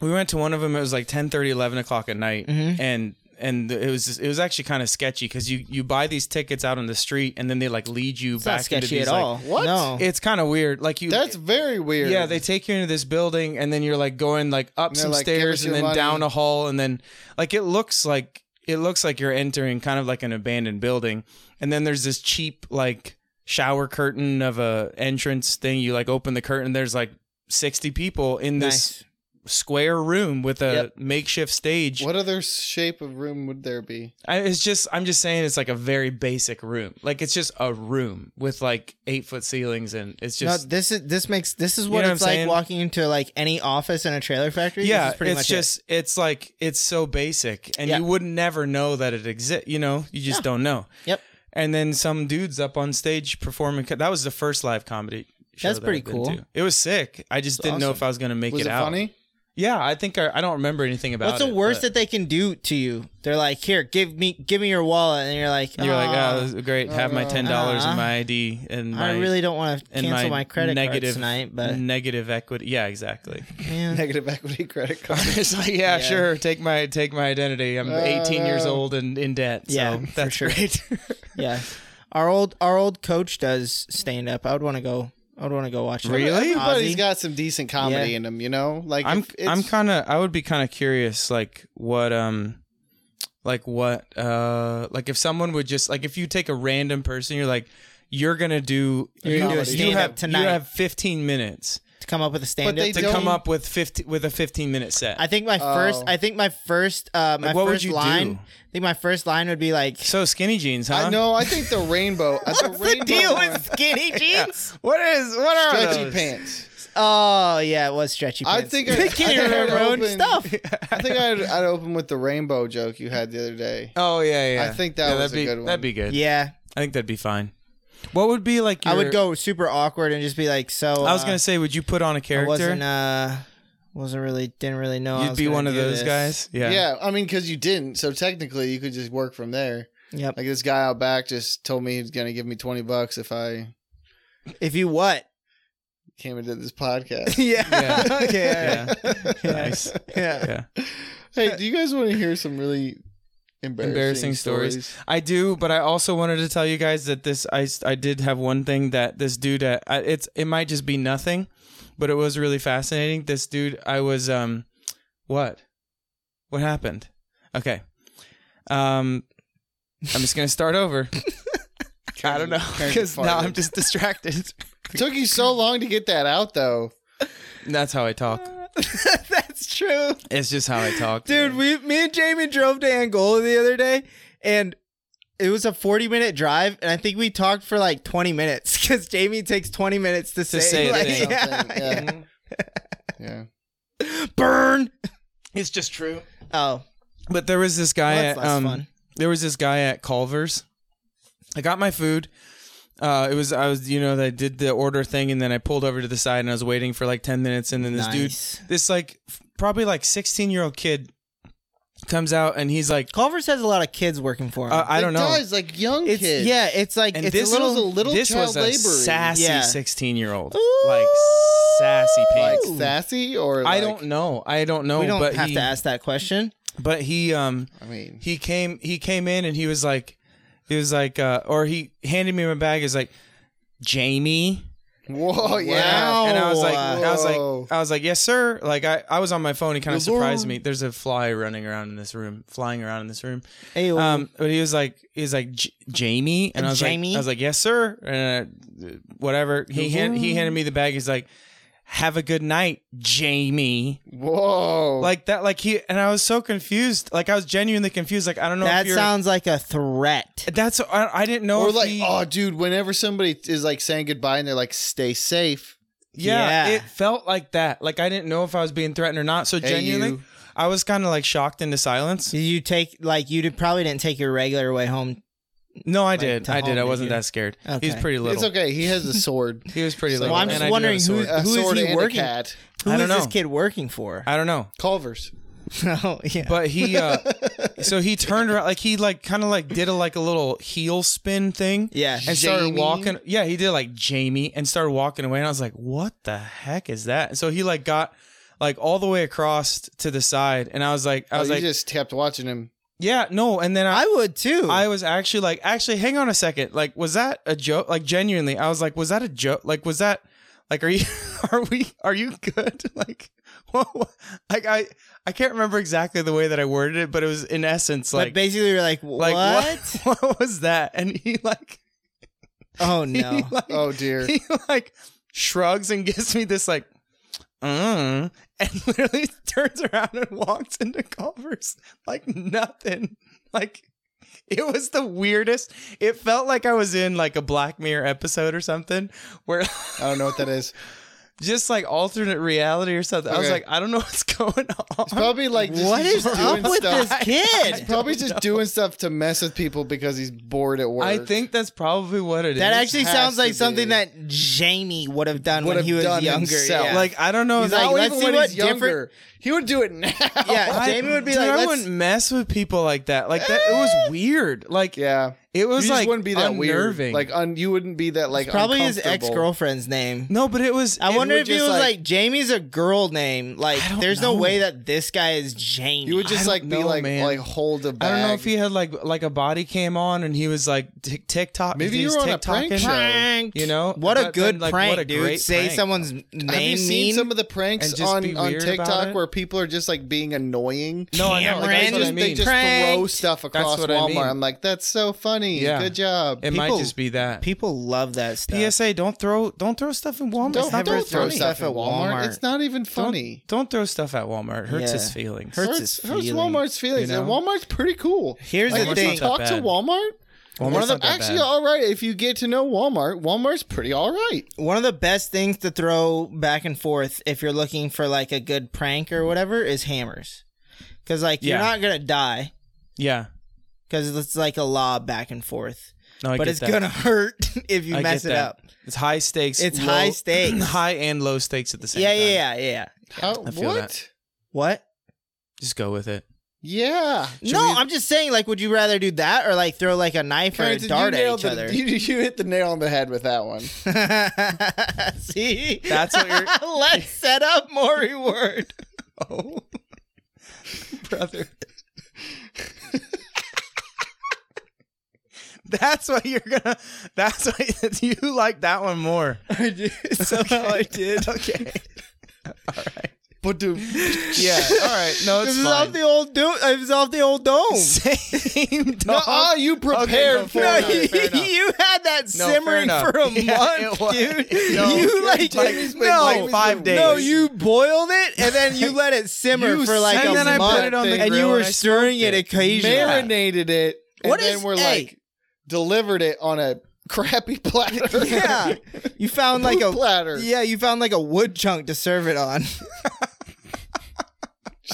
[SPEAKER 1] we went to one of them. It was like 10, 11 o'clock at night,
[SPEAKER 3] Mm-hmm.
[SPEAKER 1] and and it was it was actually kind of sketchy because you you buy these tickets out on the street and then they like lead you
[SPEAKER 3] It's
[SPEAKER 1] back
[SPEAKER 3] not
[SPEAKER 1] into
[SPEAKER 3] sketchy
[SPEAKER 1] these
[SPEAKER 3] at all.
[SPEAKER 1] like
[SPEAKER 2] What?
[SPEAKER 3] No.
[SPEAKER 1] it's kind of weird like you
[SPEAKER 2] that's very weird.
[SPEAKER 1] yeah, they take you into this building and then you're like going like up
[SPEAKER 2] they're
[SPEAKER 1] some
[SPEAKER 2] like, "Give us
[SPEAKER 1] stairs and
[SPEAKER 2] your
[SPEAKER 1] then
[SPEAKER 2] money."
[SPEAKER 1] down a hall and then like it looks like it looks like you're entering kind of like an abandoned building and then there's this cheap like shower curtain of a entrance thing you like open the curtain there's like 60 people in this
[SPEAKER 3] nice.
[SPEAKER 1] square room with a
[SPEAKER 3] Yep.
[SPEAKER 1] makeshift stage
[SPEAKER 2] What other shape of room would there be?
[SPEAKER 1] I, it's just i'm just saying it's like a very basic room like it's just a room with like eight foot ceilings and it's just
[SPEAKER 3] no, this is this makes this is what
[SPEAKER 1] know what
[SPEAKER 3] it's
[SPEAKER 1] I'm
[SPEAKER 3] like
[SPEAKER 1] saying?
[SPEAKER 3] walking into like any office in a trailer factory. This
[SPEAKER 1] yeah,
[SPEAKER 3] is pretty
[SPEAKER 1] it's
[SPEAKER 3] much it.
[SPEAKER 1] just it's like it's so basic, and
[SPEAKER 3] Yeah.
[SPEAKER 1] you would never know that it exists. You know, you just don't know.
[SPEAKER 3] Yep.
[SPEAKER 1] And then some dudes up on stage performing. co- That was the first live comedy. Show
[SPEAKER 3] That's
[SPEAKER 1] that
[SPEAKER 3] pretty
[SPEAKER 1] I've been
[SPEAKER 3] cool.
[SPEAKER 1] to. It was sick. I just didn't know if I was gonna make
[SPEAKER 2] Was
[SPEAKER 1] it,
[SPEAKER 2] it
[SPEAKER 1] out.
[SPEAKER 2] funny?
[SPEAKER 1] Yeah, I think I, I don't remember anything about
[SPEAKER 3] What's the
[SPEAKER 1] it,
[SPEAKER 3] worst
[SPEAKER 1] but
[SPEAKER 3] that they can do to you? They're like, here, give me, give me your wallet, and you're like,
[SPEAKER 1] you're like,
[SPEAKER 3] "Aw,
[SPEAKER 1] oh, this is great. Have my
[SPEAKER 2] no.
[SPEAKER 1] ten dollars
[SPEAKER 3] Uh-uh.
[SPEAKER 1] and my ID and my
[SPEAKER 3] Ah. I really don't want to
[SPEAKER 1] and
[SPEAKER 3] cancel my,
[SPEAKER 1] my
[SPEAKER 3] credit
[SPEAKER 1] negative-
[SPEAKER 3] card tonight, but
[SPEAKER 1] negative equity. Yeah, exactly.
[SPEAKER 3] yeah.
[SPEAKER 2] Negative equity credit card.
[SPEAKER 1] it's like, yeah, sure. Take my take my identity. I'm 18 years
[SPEAKER 2] no.
[SPEAKER 1] old and in debt. So
[SPEAKER 3] Yeah,
[SPEAKER 1] yeah,
[SPEAKER 3] for
[SPEAKER 1] that's
[SPEAKER 3] sure.
[SPEAKER 1] great.
[SPEAKER 3] yeah. Our old our old coach does stand up. I would want to go. I would want to go watch. him.
[SPEAKER 1] Really?
[SPEAKER 2] Everybody's
[SPEAKER 3] Ozzy.
[SPEAKER 2] got some decent comedy
[SPEAKER 3] Yeah.
[SPEAKER 2] in them, you know. Like
[SPEAKER 1] I'm
[SPEAKER 2] if it's,
[SPEAKER 1] I'm kind of I would be kind of curious like what um like what uh like if someone would just like if you take a random person you're like you're gonna do
[SPEAKER 3] You're
[SPEAKER 1] you,
[SPEAKER 3] gonna do a
[SPEAKER 1] you
[SPEAKER 3] stand-up
[SPEAKER 1] have
[SPEAKER 3] tonight.
[SPEAKER 1] you have 15 minutes
[SPEAKER 3] to come up with a stand up.
[SPEAKER 2] they
[SPEAKER 1] to
[SPEAKER 2] Don't-
[SPEAKER 1] come up with 50 with a 15 minute set.
[SPEAKER 3] I think my first.
[SPEAKER 2] Oh.
[SPEAKER 3] I think my first. Uh, my
[SPEAKER 1] what would
[SPEAKER 3] first
[SPEAKER 1] you
[SPEAKER 3] line.
[SPEAKER 1] do?
[SPEAKER 3] I think my first line would be like,
[SPEAKER 1] so skinny jeans, huh?
[SPEAKER 2] I know. I think the rainbow. What's the, rainbow
[SPEAKER 3] "Deal
[SPEAKER 2] one-
[SPEAKER 3] with skinny jeans."
[SPEAKER 1] What is what are
[SPEAKER 2] stretchy
[SPEAKER 1] those?
[SPEAKER 2] pants.
[SPEAKER 3] Oh yeah, it was stretchy
[SPEAKER 2] I
[SPEAKER 3] pants.
[SPEAKER 2] think I-
[SPEAKER 3] I,
[SPEAKER 2] I
[SPEAKER 3] can't
[SPEAKER 2] think I'd
[SPEAKER 3] remember our own
[SPEAKER 2] open-
[SPEAKER 3] stuff.
[SPEAKER 2] I think I'd, I'd open with the rainbow joke you had the other day.
[SPEAKER 1] Oh yeah, yeah.
[SPEAKER 2] I think that
[SPEAKER 1] yeah,
[SPEAKER 2] was
[SPEAKER 1] that'd
[SPEAKER 2] a
[SPEAKER 1] be,
[SPEAKER 2] good one.
[SPEAKER 1] That'd be good.
[SPEAKER 3] Yeah,
[SPEAKER 1] I think that'd be fine. What would be like? Your,
[SPEAKER 3] I would go super awkward and just be like, "So
[SPEAKER 1] I was
[SPEAKER 3] uh,
[SPEAKER 1] gonna say, would you put on a
[SPEAKER 3] I
[SPEAKER 1] character?
[SPEAKER 3] wasn't uh wasn't really didn't really know I
[SPEAKER 1] You'd
[SPEAKER 3] was
[SPEAKER 1] be
[SPEAKER 3] gonna
[SPEAKER 1] one of
[SPEAKER 3] do
[SPEAKER 1] those
[SPEAKER 3] this.
[SPEAKER 1] guys. Yeah.
[SPEAKER 2] Yeah, I mean, because you didn't, so technically you could just work from there.
[SPEAKER 3] Yep.
[SPEAKER 2] Like this guy out back just told me he's gonna give me twenty bucks if I
[SPEAKER 3] if you what?
[SPEAKER 2] came and did this podcast.
[SPEAKER 3] yeah.
[SPEAKER 1] Yeah.
[SPEAKER 3] okay. Yeah.
[SPEAKER 1] Yeah. nice.
[SPEAKER 3] yeah.
[SPEAKER 1] Yeah.
[SPEAKER 2] Hey, do you guys want to hear some really embarrassing,
[SPEAKER 1] Embarrassing stories.
[SPEAKER 2] stories?
[SPEAKER 1] I do, but I also wanted to tell you guys that this I I did have one thing that this dude at, I- it's it might just be nothing, but it was really fascinating. This dude I was um what? What happened? Okay. Um I'm just going to start over. I don't know
[SPEAKER 2] Kind of
[SPEAKER 1] cuz now
[SPEAKER 2] farted.
[SPEAKER 1] I'm just distracted.
[SPEAKER 2] It took you so long to get that out, though.
[SPEAKER 1] That's how I talk.
[SPEAKER 3] That's true.
[SPEAKER 1] It's just how I talk.
[SPEAKER 3] Dude, we me and Jamie drove to Angola the other day and it was a 40 minute drive and I think we talked for like 20 minutes cuz Jamie takes 20 minutes to, say,
[SPEAKER 1] say
[SPEAKER 3] like,
[SPEAKER 1] thing.
[SPEAKER 3] yeah, yeah.
[SPEAKER 2] Something, yeah. yeah.
[SPEAKER 3] burn.
[SPEAKER 1] it's just true.
[SPEAKER 3] Oh,
[SPEAKER 1] But there was this guy
[SPEAKER 3] Well, that's
[SPEAKER 1] at
[SPEAKER 3] less
[SPEAKER 1] um,
[SPEAKER 3] fun.
[SPEAKER 1] there was this guy at Culver's. I got my food. Uh, it was I was you know I did the order thing and then I pulled over to the side and I was waiting for like ten minutes and then this
[SPEAKER 3] Nice.
[SPEAKER 1] dude, this like f- probably like sixteen year old kid, comes out and he's like,
[SPEAKER 3] Culver's has a lot of kids working for him.
[SPEAKER 1] uh, I don't
[SPEAKER 2] it
[SPEAKER 1] know.
[SPEAKER 2] Does, like young
[SPEAKER 3] it's
[SPEAKER 2] kids.
[SPEAKER 3] yeah, it's like
[SPEAKER 1] And
[SPEAKER 3] it's
[SPEAKER 1] this
[SPEAKER 3] a little
[SPEAKER 1] was
[SPEAKER 2] a little
[SPEAKER 1] this was
[SPEAKER 2] child
[SPEAKER 1] a
[SPEAKER 2] labory.
[SPEAKER 1] sassy
[SPEAKER 3] Yeah.
[SPEAKER 1] sixteen year old,
[SPEAKER 3] Ooh.
[SPEAKER 1] like sassy
[SPEAKER 2] Like
[SPEAKER 1] pants.
[SPEAKER 2] sassy or like,
[SPEAKER 1] I don't know. I don't know.
[SPEAKER 3] we don't
[SPEAKER 1] but
[SPEAKER 3] have
[SPEAKER 1] he,
[SPEAKER 3] to ask that question.
[SPEAKER 1] But he um
[SPEAKER 2] I mean,
[SPEAKER 1] he came he came in and he was like he was like uh or he handed me my bag he's like jamie
[SPEAKER 2] whoa, yeah.
[SPEAKER 3] Wow.
[SPEAKER 1] and i was like
[SPEAKER 3] Wow.
[SPEAKER 1] i was
[SPEAKER 2] Whoa.
[SPEAKER 1] like i was like yes sir like i, I was on my phone he kind of
[SPEAKER 2] Yes, sir.
[SPEAKER 1] surprised me there's a fly running around in this room flying around in this room
[SPEAKER 3] Hey,
[SPEAKER 1] um but he was like he was like J- jamie and i was
[SPEAKER 3] Jamie?
[SPEAKER 1] like i was like yes sir and uh, whatever he hand, he handed me the bag he's like have a good night jamie
[SPEAKER 2] Whoa.
[SPEAKER 1] like that like he and i was so confused like i was genuinely confused like i don't know
[SPEAKER 3] that
[SPEAKER 1] if you're
[SPEAKER 3] sounds like a threat.
[SPEAKER 1] That's I, I didn't know.
[SPEAKER 2] or
[SPEAKER 1] if
[SPEAKER 2] like,
[SPEAKER 1] he-
[SPEAKER 2] oh, dude, whenever somebody is like saying goodbye and they're like, stay safe.
[SPEAKER 1] yeah,
[SPEAKER 3] yeah.
[SPEAKER 1] it felt like that. Like I didn't know if I was being threatened or not. So
[SPEAKER 2] Hey,
[SPEAKER 1] genuinely,
[SPEAKER 2] you.
[SPEAKER 1] I was kind of like shocked into silence.
[SPEAKER 3] Did you take like you did, probably didn't take your regular way home
[SPEAKER 1] No, I did.
[SPEAKER 3] to
[SPEAKER 1] I did.
[SPEAKER 3] home
[SPEAKER 1] I wasn't
[SPEAKER 3] here.
[SPEAKER 1] that scared. He was
[SPEAKER 3] Okay.
[SPEAKER 1] pretty little.
[SPEAKER 2] It's okay. He has a sword.
[SPEAKER 1] He was pretty
[SPEAKER 2] So-
[SPEAKER 1] little.
[SPEAKER 2] Well, I'm
[SPEAKER 1] and
[SPEAKER 2] just
[SPEAKER 1] I do have a
[SPEAKER 3] wondering who-
[SPEAKER 1] sword.
[SPEAKER 2] a
[SPEAKER 3] Who is
[SPEAKER 2] sword
[SPEAKER 3] he
[SPEAKER 2] and
[SPEAKER 3] working-
[SPEAKER 2] a cat.
[SPEAKER 3] Who
[SPEAKER 1] I
[SPEAKER 3] is
[SPEAKER 1] don't
[SPEAKER 3] this
[SPEAKER 1] know.
[SPEAKER 3] kid working for?
[SPEAKER 1] I don't know.
[SPEAKER 2] Culver's.
[SPEAKER 3] oh, yeah.
[SPEAKER 1] But he, uh, so he turned around, like he like kind of like did a like a little heel spin thing,
[SPEAKER 3] Yeah.
[SPEAKER 1] and started
[SPEAKER 2] Jamie?
[SPEAKER 1] walking. Yeah, he did like Jamie and started walking away, and I was like, "What the heck is that?" And so he like got like all the way across to the side, and I was like, I
[SPEAKER 2] Oh,
[SPEAKER 1] was
[SPEAKER 2] you
[SPEAKER 1] like,
[SPEAKER 2] just kept watching him.
[SPEAKER 1] "Yeah, no." And then I,
[SPEAKER 3] I would too.
[SPEAKER 1] I was actually like, actually, hang on a second. Like, was that a joke? Like, genuinely, I was like, was that a joke? Like, was that like, are you, are we, are you good? Like, whoa, like I, I can't remember exactly the way that I worded it, but it was in essence
[SPEAKER 3] but
[SPEAKER 1] like,
[SPEAKER 3] basically, you're like, what?
[SPEAKER 1] like what, what was that? And he like,
[SPEAKER 3] Oh
[SPEAKER 1] he
[SPEAKER 3] no.
[SPEAKER 1] like,
[SPEAKER 2] Oh dear.
[SPEAKER 1] he like shrugs and gives me this like, mm, and literally turns around and walks into Culver's like nothing. Like it was the weirdest. It felt like I was in like a Black Mirror episode or something where
[SPEAKER 2] I don't know what that is.
[SPEAKER 1] just like alternate reality or something. I was
[SPEAKER 2] Okay.
[SPEAKER 1] like, I don't know what's going
[SPEAKER 2] It's
[SPEAKER 1] on.
[SPEAKER 2] probably like just,
[SPEAKER 3] what
[SPEAKER 2] he's
[SPEAKER 3] is
[SPEAKER 2] just
[SPEAKER 3] up
[SPEAKER 2] doing
[SPEAKER 3] with
[SPEAKER 2] stuff.
[SPEAKER 3] this kid?
[SPEAKER 2] He's probably just doing stuff to mess with people because he's bored at work.
[SPEAKER 1] I think that's probably what it is.
[SPEAKER 3] That actually
[SPEAKER 2] has
[SPEAKER 3] sounds
[SPEAKER 2] to
[SPEAKER 3] like something
[SPEAKER 2] be.
[SPEAKER 3] that Jamie would have done
[SPEAKER 2] Would
[SPEAKER 3] when
[SPEAKER 2] have
[SPEAKER 3] he was
[SPEAKER 2] done
[SPEAKER 3] younger.
[SPEAKER 2] himself.
[SPEAKER 3] Yeah.
[SPEAKER 1] like I don't know.
[SPEAKER 3] He's
[SPEAKER 1] if-
[SPEAKER 3] like,
[SPEAKER 2] Not
[SPEAKER 3] let's
[SPEAKER 2] even
[SPEAKER 3] see
[SPEAKER 2] when
[SPEAKER 3] what
[SPEAKER 2] he's younger. He would do it now.
[SPEAKER 3] Yeah.
[SPEAKER 1] I-
[SPEAKER 3] Jamie would be
[SPEAKER 1] dude,
[SPEAKER 3] like,
[SPEAKER 1] I
[SPEAKER 3] let's- Eh.
[SPEAKER 1] wouldn't mess with people like that. Like that, it was weird. Like
[SPEAKER 2] yeah.
[SPEAKER 1] It
[SPEAKER 2] You
[SPEAKER 1] was
[SPEAKER 2] just
[SPEAKER 1] like
[SPEAKER 2] wouldn't be that
[SPEAKER 1] unnerving.
[SPEAKER 2] weird. Like un- you wouldn't be that like
[SPEAKER 3] probably his ex
[SPEAKER 2] uncomfortable.
[SPEAKER 3] girlfriend's name.
[SPEAKER 1] no, but it was.
[SPEAKER 3] I
[SPEAKER 1] it
[SPEAKER 3] wonder
[SPEAKER 1] would
[SPEAKER 3] if he
[SPEAKER 1] just,
[SPEAKER 3] was like,
[SPEAKER 2] like-
[SPEAKER 3] Jamie's a girl name. Like,
[SPEAKER 1] I don't
[SPEAKER 3] there's
[SPEAKER 1] know.
[SPEAKER 3] no way that this guy is Jamie.
[SPEAKER 2] You would
[SPEAKER 1] I
[SPEAKER 2] just
[SPEAKER 1] don't
[SPEAKER 2] like be
[SPEAKER 1] know,
[SPEAKER 2] like
[SPEAKER 1] man.
[SPEAKER 2] like hold a bag.
[SPEAKER 1] I don't know if he had like like a body cam on and he was like tick TikTok.
[SPEAKER 2] Maybe
[SPEAKER 1] he
[SPEAKER 2] you
[SPEAKER 1] was
[SPEAKER 2] were on a prank
[SPEAKER 1] TikToking.
[SPEAKER 2] show.
[SPEAKER 3] Pranked.
[SPEAKER 1] you know,
[SPEAKER 3] what a
[SPEAKER 1] but
[SPEAKER 3] good
[SPEAKER 1] then, like,
[SPEAKER 3] prank,
[SPEAKER 1] what a
[SPEAKER 3] dude.
[SPEAKER 1] great
[SPEAKER 3] Say
[SPEAKER 1] prank.
[SPEAKER 3] someone's name
[SPEAKER 2] Have you seen
[SPEAKER 3] mean.
[SPEAKER 2] some of the
[SPEAKER 1] and
[SPEAKER 2] pranks
[SPEAKER 1] just be
[SPEAKER 2] on, on
[SPEAKER 1] weird about
[SPEAKER 2] TikTok
[SPEAKER 1] it?
[SPEAKER 2] where people are just like being annoying?
[SPEAKER 1] No, I know. Like, that's
[SPEAKER 3] Cameron,
[SPEAKER 1] what I
[SPEAKER 2] just, they
[SPEAKER 1] mean.
[SPEAKER 2] just
[SPEAKER 3] Pranked.
[SPEAKER 2] throw stuff across
[SPEAKER 1] what I
[SPEAKER 2] Walmart.
[SPEAKER 1] mean.
[SPEAKER 2] I'm like, that's so funny.
[SPEAKER 1] Yeah.
[SPEAKER 2] Good job.
[SPEAKER 1] it might
[SPEAKER 3] people-
[SPEAKER 1] just be that.
[SPEAKER 3] People love that stuff.
[SPEAKER 1] PSA: Don't throw don't throw stuff in Walmart.
[SPEAKER 2] Don't,
[SPEAKER 1] It's never
[SPEAKER 2] don't throw
[SPEAKER 1] funny.
[SPEAKER 2] stuff at Walmart.
[SPEAKER 3] Walmart.
[SPEAKER 2] It's not even
[SPEAKER 1] Don't-
[SPEAKER 2] funny.
[SPEAKER 1] Don't, throw stuff at Walmart. It Hurts
[SPEAKER 3] Yeah.
[SPEAKER 1] his feelings.
[SPEAKER 3] Hurts
[SPEAKER 2] Hurts,
[SPEAKER 3] his
[SPEAKER 2] hurts
[SPEAKER 3] feelings,
[SPEAKER 2] Walmart's feelings.
[SPEAKER 1] you know?
[SPEAKER 2] And Walmart's pretty cool.
[SPEAKER 3] Here's
[SPEAKER 2] Like,
[SPEAKER 3] the
[SPEAKER 1] Walmart's
[SPEAKER 2] if
[SPEAKER 3] thing.
[SPEAKER 2] you
[SPEAKER 1] not that
[SPEAKER 2] talk to
[SPEAKER 1] bad.
[SPEAKER 2] Walmart,
[SPEAKER 1] Walmart's
[SPEAKER 2] one of the,
[SPEAKER 1] not that
[SPEAKER 2] actually,
[SPEAKER 1] bad.
[SPEAKER 2] all right. If you get to know Walmart, Walmart's pretty all right.
[SPEAKER 3] one of the best things to throw back and forth if you're looking for like a good prank or whatever is hammers because like
[SPEAKER 1] Yeah.
[SPEAKER 3] you're not gonna die
[SPEAKER 1] Yeah.
[SPEAKER 3] because it's like a lob back and forth
[SPEAKER 1] No, I
[SPEAKER 3] but
[SPEAKER 1] get
[SPEAKER 3] it's
[SPEAKER 1] that.
[SPEAKER 3] gonna hurt if you
[SPEAKER 1] I
[SPEAKER 3] mess
[SPEAKER 1] get
[SPEAKER 3] it
[SPEAKER 1] that.
[SPEAKER 3] up
[SPEAKER 1] It's high stakes.
[SPEAKER 3] It's
[SPEAKER 1] low-
[SPEAKER 3] high stakes.
[SPEAKER 1] high and low stakes at the same
[SPEAKER 3] yeah
[SPEAKER 1] time.
[SPEAKER 3] yeah yeah yeah
[SPEAKER 2] How,
[SPEAKER 1] I feel
[SPEAKER 2] what?
[SPEAKER 1] that.
[SPEAKER 3] what
[SPEAKER 1] Just go with it.
[SPEAKER 2] Yeah.
[SPEAKER 3] no i'm just saying like would you rather do that or like throw like a knife or a
[SPEAKER 2] Carrington,
[SPEAKER 3] dart
[SPEAKER 2] you
[SPEAKER 3] at
[SPEAKER 2] nailed
[SPEAKER 3] each
[SPEAKER 2] the-
[SPEAKER 3] other
[SPEAKER 2] You, you hit the nail on the head with that one.
[SPEAKER 3] see
[SPEAKER 1] That's what you're-
[SPEAKER 3] let's set up more reward
[SPEAKER 1] Oh, brother. that's what you're gonna. That's what you like that one more.
[SPEAKER 3] i did
[SPEAKER 1] Somehow I did. Okay.
[SPEAKER 2] But dude,
[SPEAKER 1] Yeah. All right. No,
[SPEAKER 3] this
[SPEAKER 1] it's
[SPEAKER 3] is off
[SPEAKER 1] fine.
[SPEAKER 3] the old do- it was off the old dome ah,
[SPEAKER 1] Same dog.
[SPEAKER 2] Nuh-uh, you prepared
[SPEAKER 1] no,
[SPEAKER 2] for
[SPEAKER 1] fair
[SPEAKER 2] it.
[SPEAKER 1] enough.
[SPEAKER 3] you, you had that
[SPEAKER 1] No, fair
[SPEAKER 3] simmering
[SPEAKER 1] enough.
[SPEAKER 3] for a
[SPEAKER 1] Yeah,
[SPEAKER 3] month,
[SPEAKER 1] it was.
[SPEAKER 3] dude.
[SPEAKER 1] No.
[SPEAKER 3] you like,
[SPEAKER 2] Jamie's been
[SPEAKER 3] no,
[SPEAKER 1] like five
[SPEAKER 2] no,
[SPEAKER 1] days.
[SPEAKER 3] no, you boiled it and then you let it simmer
[SPEAKER 2] You
[SPEAKER 3] for like
[SPEAKER 2] said-
[SPEAKER 3] a
[SPEAKER 1] and then I
[SPEAKER 3] month,
[SPEAKER 1] put it on the
[SPEAKER 2] thing.
[SPEAKER 1] grill
[SPEAKER 3] and you were
[SPEAKER 1] I
[SPEAKER 3] stirring it
[SPEAKER 1] smoked
[SPEAKER 3] occasionally.
[SPEAKER 2] marinated it, and
[SPEAKER 3] What
[SPEAKER 2] then
[SPEAKER 3] is-
[SPEAKER 2] we're
[SPEAKER 3] hey.
[SPEAKER 2] like delivered it on a crappy platter.
[SPEAKER 3] Yeah, you found like a
[SPEAKER 2] platter.
[SPEAKER 3] yeah, you found like a wood chunk to serve it on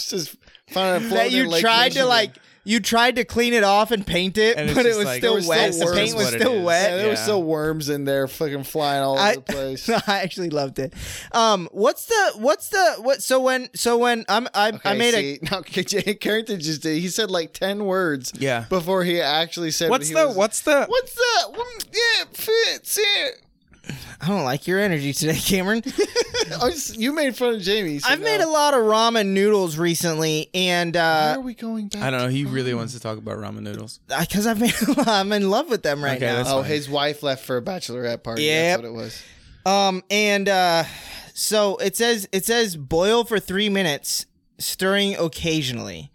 [SPEAKER 2] just found it
[SPEAKER 3] that
[SPEAKER 2] floating
[SPEAKER 3] you
[SPEAKER 2] in Lake
[SPEAKER 3] tried to
[SPEAKER 2] Michigan.
[SPEAKER 3] like. You tried to clean it off and paint it,
[SPEAKER 1] And it's
[SPEAKER 3] but it
[SPEAKER 1] just
[SPEAKER 3] was
[SPEAKER 1] like-
[SPEAKER 3] still
[SPEAKER 2] There was
[SPEAKER 3] wet.
[SPEAKER 2] still
[SPEAKER 3] the
[SPEAKER 2] worms,
[SPEAKER 3] paint was
[SPEAKER 1] what it
[SPEAKER 3] still
[SPEAKER 1] is.
[SPEAKER 3] wet.
[SPEAKER 2] Yeah, there were
[SPEAKER 1] Yeah.
[SPEAKER 2] still worms in there, fucking flying all over
[SPEAKER 3] I-
[SPEAKER 2] the place.
[SPEAKER 3] No, I actually loved it. Um, what's the what's the what? So when so when I'm I, I
[SPEAKER 2] Okay,
[SPEAKER 3] made a
[SPEAKER 2] see, now K- Carrington just did. He said like ten words
[SPEAKER 1] Yeah.
[SPEAKER 2] before he actually said.
[SPEAKER 1] What's
[SPEAKER 2] he
[SPEAKER 1] the
[SPEAKER 2] was-
[SPEAKER 1] what's the
[SPEAKER 2] What's the mm, yeah fits it?
[SPEAKER 3] I don't like your energy today, Cameron.
[SPEAKER 2] I just- Oh, You made fun of Jamie. so
[SPEAKER 3] I've made a
[SPEAKER 2] now-
[SPEAKER 3] lot of ramen noodles recently, and
[SPEAKER 2] Why
[SPEAKER 3] uh,
[SPEAKER 2] are we going back?
[SPEAKER 1] I don't know.
[SPEAKER 2] to
[SPEAKER 1] He
[SPEAKER 2] Brian?
[SPEAKER 1] really wants to talk about ramen noodles.
[SPEAKER 3] because I've made, a lot, I'm in love with them right
[SPEAKER 1] Okay,
[SPEAKER 3] now.
[SPEAKER 1] that's-
[SPEAKER 2] Oh,
[SPEAKER 1] fine.
[SPEAKER 2] his wife left for a bachelorette party.
[SPEAKER 3] Yep.
[SPEAKER 2] That's what it was.
[SPEAKER 3] Um, and uh, so it says it says boil for three minutes, stirring occasionally.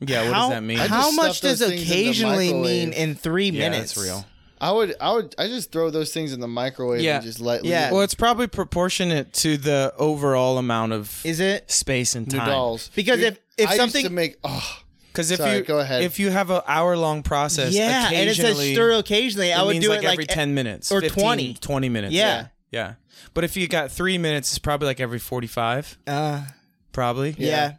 [SPEAKER 1] Yeah. What
[SPEAKER 3] how,
[SPEAKER 1] does that mean?
[SPEAKER 2] I
[SPEAKER 3] How
[SPEAKER 2] just
[SPEAKER 3] much
[SPEAKER 2] stuff those
[SPEAKER 3] does
[SPEAKER 2] things in the
[SPEAKER 3] occasionally mean
[SPEAKER 2] microwave.
[SPEAKER 3] in three
[SPEAKER 1] yeah,
[SPEAKER 3] minutes?
[SPEAKER 1] that's real.
[SPEAKER 2] I would, I would, I just throw those things in the microwave
[SPEAKER 1] Yeah.
[SPEAKER 2] and just let
[SPEAKER 3] Yeah.
[SPEAKER 1] Well, it's probably proportionate to the overall amount of
[SPEAKER 3] Is it?
[SPEAKER 1] space and
[SPEAKER 2] leave
[SPEAKER 1] time.
[SPEAKER 2] dolls.
[SPEAKER 3] Because if- if
[SPEAKER 2] I used
[SPEAKER 3] something-
[SPEAKER 2] to make oh,
[SPEAKER 1] Because if
[SPEAKER 2] Sorry,
[SPEAKER 1] you
[SPEAKER 2] go ahead.
[SPEAKER 1] if you have an hour long process,
[SPEAKER 3] Yeah, and it says
[SPEAKER 1] occasionally-
[SPEAKER 3] stir occasionally. I
[SPEAKER 1] It
[SPEAKER 3] would
[SPEAKER 1] means
[SPEAKER 3] do
[SPEAKER 1] like
[SPEAKER 3] it like
[SPEAKER 1] every
[SPEAKER 3] e-
[SPEAKER 1] 10 minutes
[SPEAKER 3] or
[SPEAKER 1] 15,
[SPEAKER 3] 20.
[SPEAKER 1] 20 minutes.
[SPEAKER 3] Yeah.
[SPEAKER 1] Yeah. But if you got three minutes, it's probably like every 45,
[SPEAKER 3] Uh,
[SPEAKER 1] probably.
[SPEAKER 3] yeah.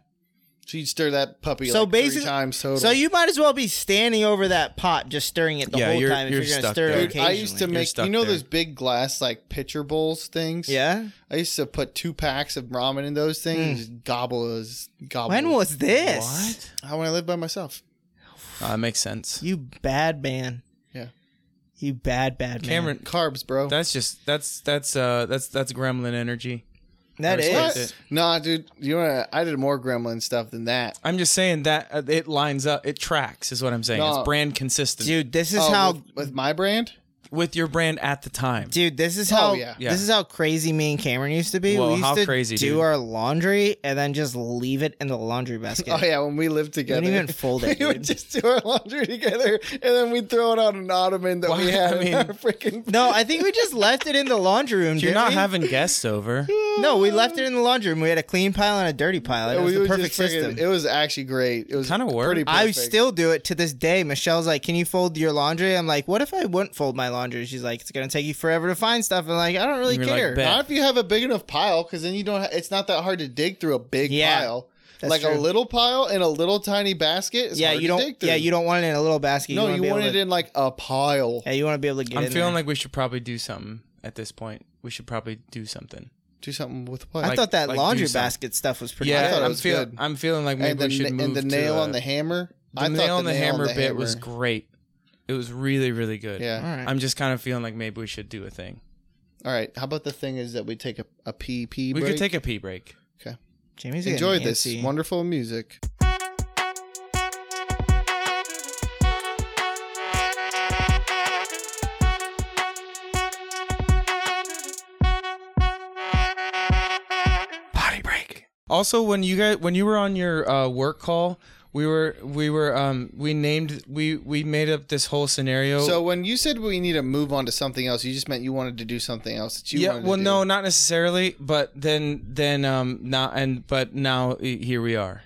[SPEAKER 2] So you stir that puppy
[SPEAKER 3] So
[SPEAKER 2] like three
[SPEAKER 3] basic-
[SPEAKER 2] times total.
[SPEAKER 3] So you might as well be standing over that pot, just stirring it the
[SPEAKER 1] Yeah,
[SPEAKER 3] whole
[SPEAKER 1] you're-
[SPEAKER 3] time if
[SPEAKER 1] you're
[SPEAKER 3] you're, gonna
[SPEAKER 1] stuck
[SPEAKER 3] stir
[SPEAKER 1] there.
[SPEAKER 3] it
[SPEAKER 2] Dude, I
[SPEAKER 3] occasionally.
[SPEAKER 2] used to
[SPEAKER 1] You're
[SPEAKER 2] make
[SPEAKER 1] stuck
[SPEAKER 2] you know
[SPEAKER 1] there.
[SPEAKER 2] those big glass like pitcher bowls things.
[SPEAKER 3] yeah. Hmm.
[SPEAKER 2] I used to put two packs of ramen in those things. And just gobble those gobble.
[SPEAKER 3] When was this?
[SPEAKER 2] Ah, when I lived by myself?
[SPEAKER 1] Oh, that makes sense.
[SPEAKER 3] You bad man.
[SPEAKER 2] Yeah.
[SPEAKER 3] You bad bad man.
[SPEAKER 1] Cameron,
[SPEAKER 2] Carbs, bro.
[SPEAKER 1] that's just that's that's uh that's that's gremlin energy.
[SPEAKER 3] that
[SPEAKER 1] What?
[SPEAKER 3] is.
[SPEAKER 1] it.
[SPEAKER 2] Nah, dude. You know what? I did more gremlin stuff than that.
[SPEAKER 1] I'm just saying that uh, it lines up, it tracks, is what I'm saying.
[SPEAKER 2] No.
[SPEAKER 1] It's brand consistent
[SPEAKER 3] Dude, this is
[SPEAKER 2] Oh,
[SPEAKER 3] how
[SPEAKER 2] with, with my brand?
[SPEAKER 1] with your brand at the time.
[SPEAKER 3] Dude, this is
[SPEAKER 2] Oh,
[SPEAKER 3] how
[SPEAKER 2] yeah.
[SPEAKER 1] Yeah.
[SPEAKER 3] this is how crazy me and Cameron used to be.
[SPEAKER 1] Whoa,
[SPEAKER 3] we used
[SPEAKER 1] how
[SPEAKER 3] to
[SPEAKER 1] crazy,
[SPEAKER 3] do
[SPEAKER 1] dude.
[SPEAKER 3] our laundry and then just leave it in the laundry basket.
[SPEAKER 2] Oh yeah, when we lived together,
[SPEAKER 3] even fold it,
[SPEAKER 2] We would
[SPEAKER 3] dude.
[SPEAKER 2] just do our laundry together, and then we'd throw it on an ottoman that
[SPEAKER 1] Why?
[SPEAKER 2] we had
[SPEAKER 1] I
[SPEAKER 2] in
[SPEAKER 1] mean-
[SPEAKER 2] our freaking.
[SPEAKER 3] No, I think we just left it in the laundry room.
[SPEAKER 1] You're
[SPEAKER 3] didn't
[SPEAKER 1] not
[SPEAKER 3] we?
[SPEAKER 1] having guests over.
[SPEAKER 3] No, we left it in the laundry room. We had a clean pile and a dirty pile. It
[SPEAKER 2] we
[SPEAKER 3] was the
[SPEAKER 2] would
[SPEAKER 3] perfect
[SPEAKER 2] just freaking-
[SPEAKER 3] system.
[SPEAKER 2] It was actually great. It was
[SPEAKER 1] Kinda worked.
[SPEAKER 2] Pretty perfect.
[SPEAKER 3] I still do it to this day. Michelle's like, "Can you fold your laundry?" I'm like, "What if I wouldn't fold my laundry?" She's like, "It's gonna take you forever to find stuff." I'm like, "I don't really
[SPEAKER 1] You're like,
[SPEAKER 3] care."
[SPEAKER 1] "Bet."
[SPEAKER 2] Not if you have a big enough pile, because then you don't. Ha- it's not that hard to dig through a big
[SPEAKER 3] Yeah,
[SPEAKER 2] pile.
[SPEAKER 3] that's
[SPEAKER 2] like a
[SPEAKER 3] true.
[SPEAKER 2] little pile in a little tiny basket. Is
[SPEAKER 3] yeah,
[SPEAKER 2] hard
[SPEAKER 3] you
[SPEAKER 2] to dig
[SPEAKER 3] don't.
[SPEAKER 2] through.
[SPEAKER 3] Yeah, you don't want it in a little basket.
[SPEAKER 2] No,
[SPEAKER 3] wanna
[SPEAKER 2] you
[SPEAKER 3] be able
[SPEAKER 2] want it
[SPEAKER 3] to-
[SPEAKER 2] in like a pile,
[SPEAKER 3] Yeah, you want to be able to get.
[SPEAKER 1] I'm
[SPEAKER 3] in
[SPEAKER 1] feeling
[SPEAKER 3] there.
[SPEAKER 1] like we should probably do something at this point. We should probably do something.
[SPEAKER 2] do something with what?
[SPEAKER 3] I thought that
[SPEAKER 1] like, do
[SPEAKER 3] laundry
[SPEAKER 1] something.
[SPEAKER 3] basket stuff was pretty.
[SPEAKER 2] I
[SPEAKER 1] Yeah,
[SPEAKER 2] thought it
[SPEAKER 1] I'm
[SPEAKER 2] was
[SPEAKER 1] feeling.
[SPEAKER 2] good.
[SPEAKER 1] I'm feeling like maybe
[SPEAKER 2] and the,
[SPEAKER 1] we should
[SPEAKER 2] na-
[SPEAKER 1] move
[SPEAKER 2] and the
[SPEAKER 1] to
[SPEAKER 2] nail
[SPEAKER 1] a-
[SPEAKER 2] on the hammer.
[SPEAKER 1] The
[SPEAKER 2] I
[SPEAKER 1] nail
[SPEAKER 2] thought
[SPEAKER 1] on the,
[SPEAKER 2] nail
[SPEAKER 1] hammer
[SPEAKER 2] on the
[SPEAKER 1] bit was
[SPEAKER 2] hammer-
[SPEAKER 1] great. It was really, really good.
[SPEAKER 2] Yeah.
[SPEAKER 3] All right.
[SPEAKER 1] I'm just kind of feeling like maybe we should do a thing.
[SPEAKER 2] All right. How about the thing is that we take a, a pee pee
[SPEAKER 1] We
[SPEAKER 2] break?
[SPEAKER 1] could take a pee break.
[SPEAKER 3] Jamie's getting
[SPEAKER 2] Enjoy this
[SPEAKER 3] antsy.
[SPEAKER 2] wonderful music.
[SPEAKER 1] Potty break. Also, when you guys when you were on your uh, work call, we were we were um we named we we made up this whole scenario.
[SPEAKER 2] So when you said we need to move on to something else, you just meant you wanted to do something else that you
[SPEAKER 1] yeah,
[SPEAKER 2] wanted
[SPEAKER 1] well,
[SPEAKER 2] to do.
[SPEAKER 1] no, not necessarily, but then then um not and but now e- here we are.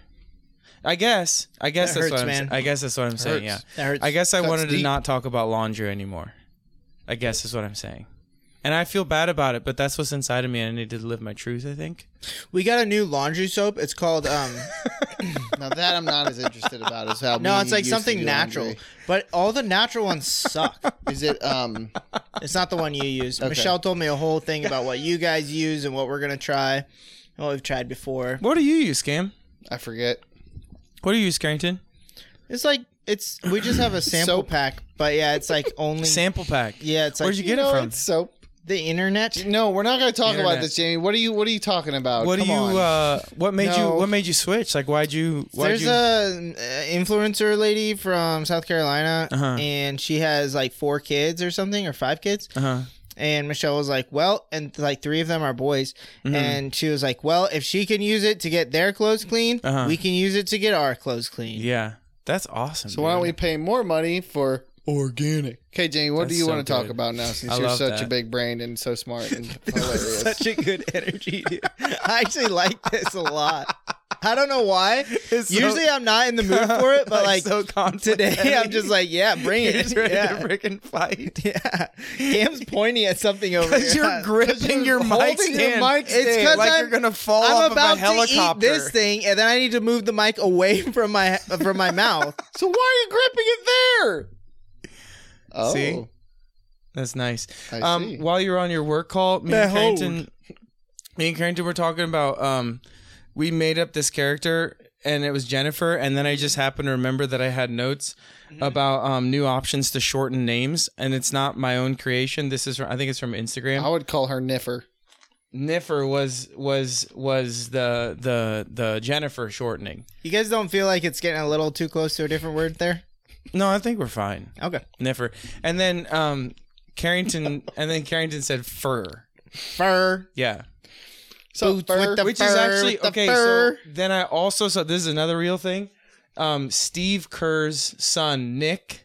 [SPEAKER 1] I guess I guess
[SPEAKER 3] That
[SPEAKER 1] that's what
[SPEAKER 3] hurts,
[SPEAKER 1] I'm,
[SPEAKER 3] man.
[SPEAKER 1] I guess that's what I'm saying. Yeah,
[SPEAKER 2] hurts.
[SPEAKER 3] That hurts.
[SPEAKER 1] I guess I
[SPEAKER 2] Cuts
[SPEAKER 1] wanted to
[SPEAKER 2] deep.
[SPEAKER 1] not talk about laundry anymore. I guess is what I'm saying. And I feel bad about it, but that's what's inside of me, and I need to live my truth. I think.
[SPEAKER 3] we got a new laundry soap. It's called um.
[SPEAKER 2] Now that I'm not as interested about is how
[SPEAKER 3] no,
[SPEAKER 2] we
[SPEAKER 3] it's like
[SPEAKER 2] used to
[SPEAKER 3] something
[SPEAKER 2] do
[SPEAKER 3] natural,
[SPEAKER 2] laundry.
[SPEAKER 3] but all the natural ones suck.
[SPEAKER 2] Is it um
[SPEAKER 3] It's not the one you use. Michelle told me a whole thing about what you guys use and what we're gonna try, and what we've tried before.
[SPEAKER 1] What do you use, Cam?
[SPEAKER 2] I forget.
[SPEAKER 1] What do you use, Carrington?
[SPEAKER 3] It's like it's we just have a sample
[SPEAKER 2] Soap.
[SPEAKER 3] pack, but yeah, it's like only
[SPEAKER 1] Sample pack.
[SPEAKER 3] yeah, it's like
[SPEAKER 1] Where'd you get
[SPEAKER 2] No,
[SPEAKER 1] it from?
[SPEAKER 2] it's soap.
[SPEAKER 3] the internet.
[SPEAKER 2] No, we're not going to talk about
[SPEAKER 1] Internet.
[SPEAKER 2] this, Jamie. What are you what are you talking about?
[SPEAKER 1] What do
[SPEAKER 2] Come
[SPEAKER 1] you?
[SPEAKER 2] on.
[SPEAKER 1] Uh, what made
[SPEAKER 2] No.
[SPEAKER 1] you? What made you switch? Like, why'd you? Why'd
[SPEAKER 3] There's
[SPEAKER 1] you?
[SPEAKER 3] a uh, influencer lady from South Carolina,
[SPEAKER 1] Uh-huh.
[SPEAKER 3] and she has like four kids or something, or five kids.
[SPEAKER 1] uh-huh.
[SPEAKER 3] And Michelle was like, "Well," and like three of them are boys.
[SPEAKER 1] Mm-hmm.
[SPEAKER 3] And she was like, "Well, if she can use it to get their clothes clean,
[SPEAKER 1] Uh-huh.
[SPEAKER 3] we can use it to get our clothes clean."
[SPEAKER 1] Yeah, that's awesome.
[SPEAKER 2] So why don't we pay more money for organic? Okay, Jamie, what do
[SPEAKER 1] That's
[SPEAKER 2] you
[SPEAKER 1] so
[SPEAKER 2] want to talk
[SPEAKER 1] good.
[SPEAKER 2] about now since
[SPEAKER 1] I
[SPEAKER 2] you're
[SPEAKER 1] love
[SPEAKER 2] such a
[SPEAKER 1] that.
[SPEAKER 2] big brain and so smart and hilarious?
[SPEAKER 3] Such a good energy, dude. I actually like this a lot. I don't know why.
[SPEAKER 1] It's so-
[SPEAKER 3] Usually I'm not in the mood for it, but like
[SPEAKER 1] so confident.
[SPEAKER 3] today I'm just like, yeah, bring
[SPEAKER 1] You're
[SPEAKER 3] it.
[SPEAKER 1] just ready
[SPEAKER 3] Yeah.
[SPEAKER 1] to freaking fight.
[SPEAKER 3] yeah. Cam's pointing at something over
[SPEAKER 1] Because
[SPEAKER 3] here.
[SPEAKER 1] you're gripping your mic
[SPEAKER 2] holding your
[SPEAKER 1] stand.
[SPEAKER 2] mic
[SPEAKER 3] It's
[SPEAKER 2] stand.
[SPEAKER 3] because
[SPEAKER 1] like
[SPEAKER 3] I'm,
[SPEAKER 1] you're gonna fall
[SPEAKER 3] I'm
[SPEAKER 1] off
[SPEAKER 3] about
[SPEAKER 1] of a helicopter.
[SPEAKER 3] to eat this thing, and then I need to move the mic away from my from my mouth.
[SPEAKER 2] So why are you gripping it there? Oh,
[SPEAKER 1] See? That's nice.
[SPEAKER 2] I see.
[SPEAKER 1] Um, while you were on your work call, me and
[SPEAKER 3] Behold.
[SPEAKER 1] Carrington, me and Carrington were talking about. Um, we made up this character, and it was Jennifer. And then I just
[SPEAKER 2] Mm-hmm.
[SPEAKER 1] happened to remember that I had notes about um, new options to shorten names, and it's not my own creation. This is from, I think it's from Instagram.
[SPEAKER 2] I would call her Niffer.
[SPEAKER 1] Niffer was was was the the the Jennifer shortening.
[SPEAKER 3] You guys don't feel like it's getting a little too close to a different word there?
[SPEAKER 1] No, I think we're fine.
[SPEAKER 3] Okay.
[SPEAKER 1] Niffer. And then um Carrington and then Carrington said fur.
[SPEAKER 3] Fur.
[SPEAKER 1] Yeah.
[SPEAKER 2] So
[SPEAKER 3] Boots
[SPEAKER 2] fur,
[SPEAKER 3] with the
[SPEAKER 1] Which
[SPEAKER 3] Fur
[SPEAKER 1] is actually
[SPEAKER 3] with the
[SPEAKER 1] okay,
[SPEAKER 3] fur.
[SPEAKER 1] so then I also saw this is another real thing. Um Steve Kerr's son, Nick,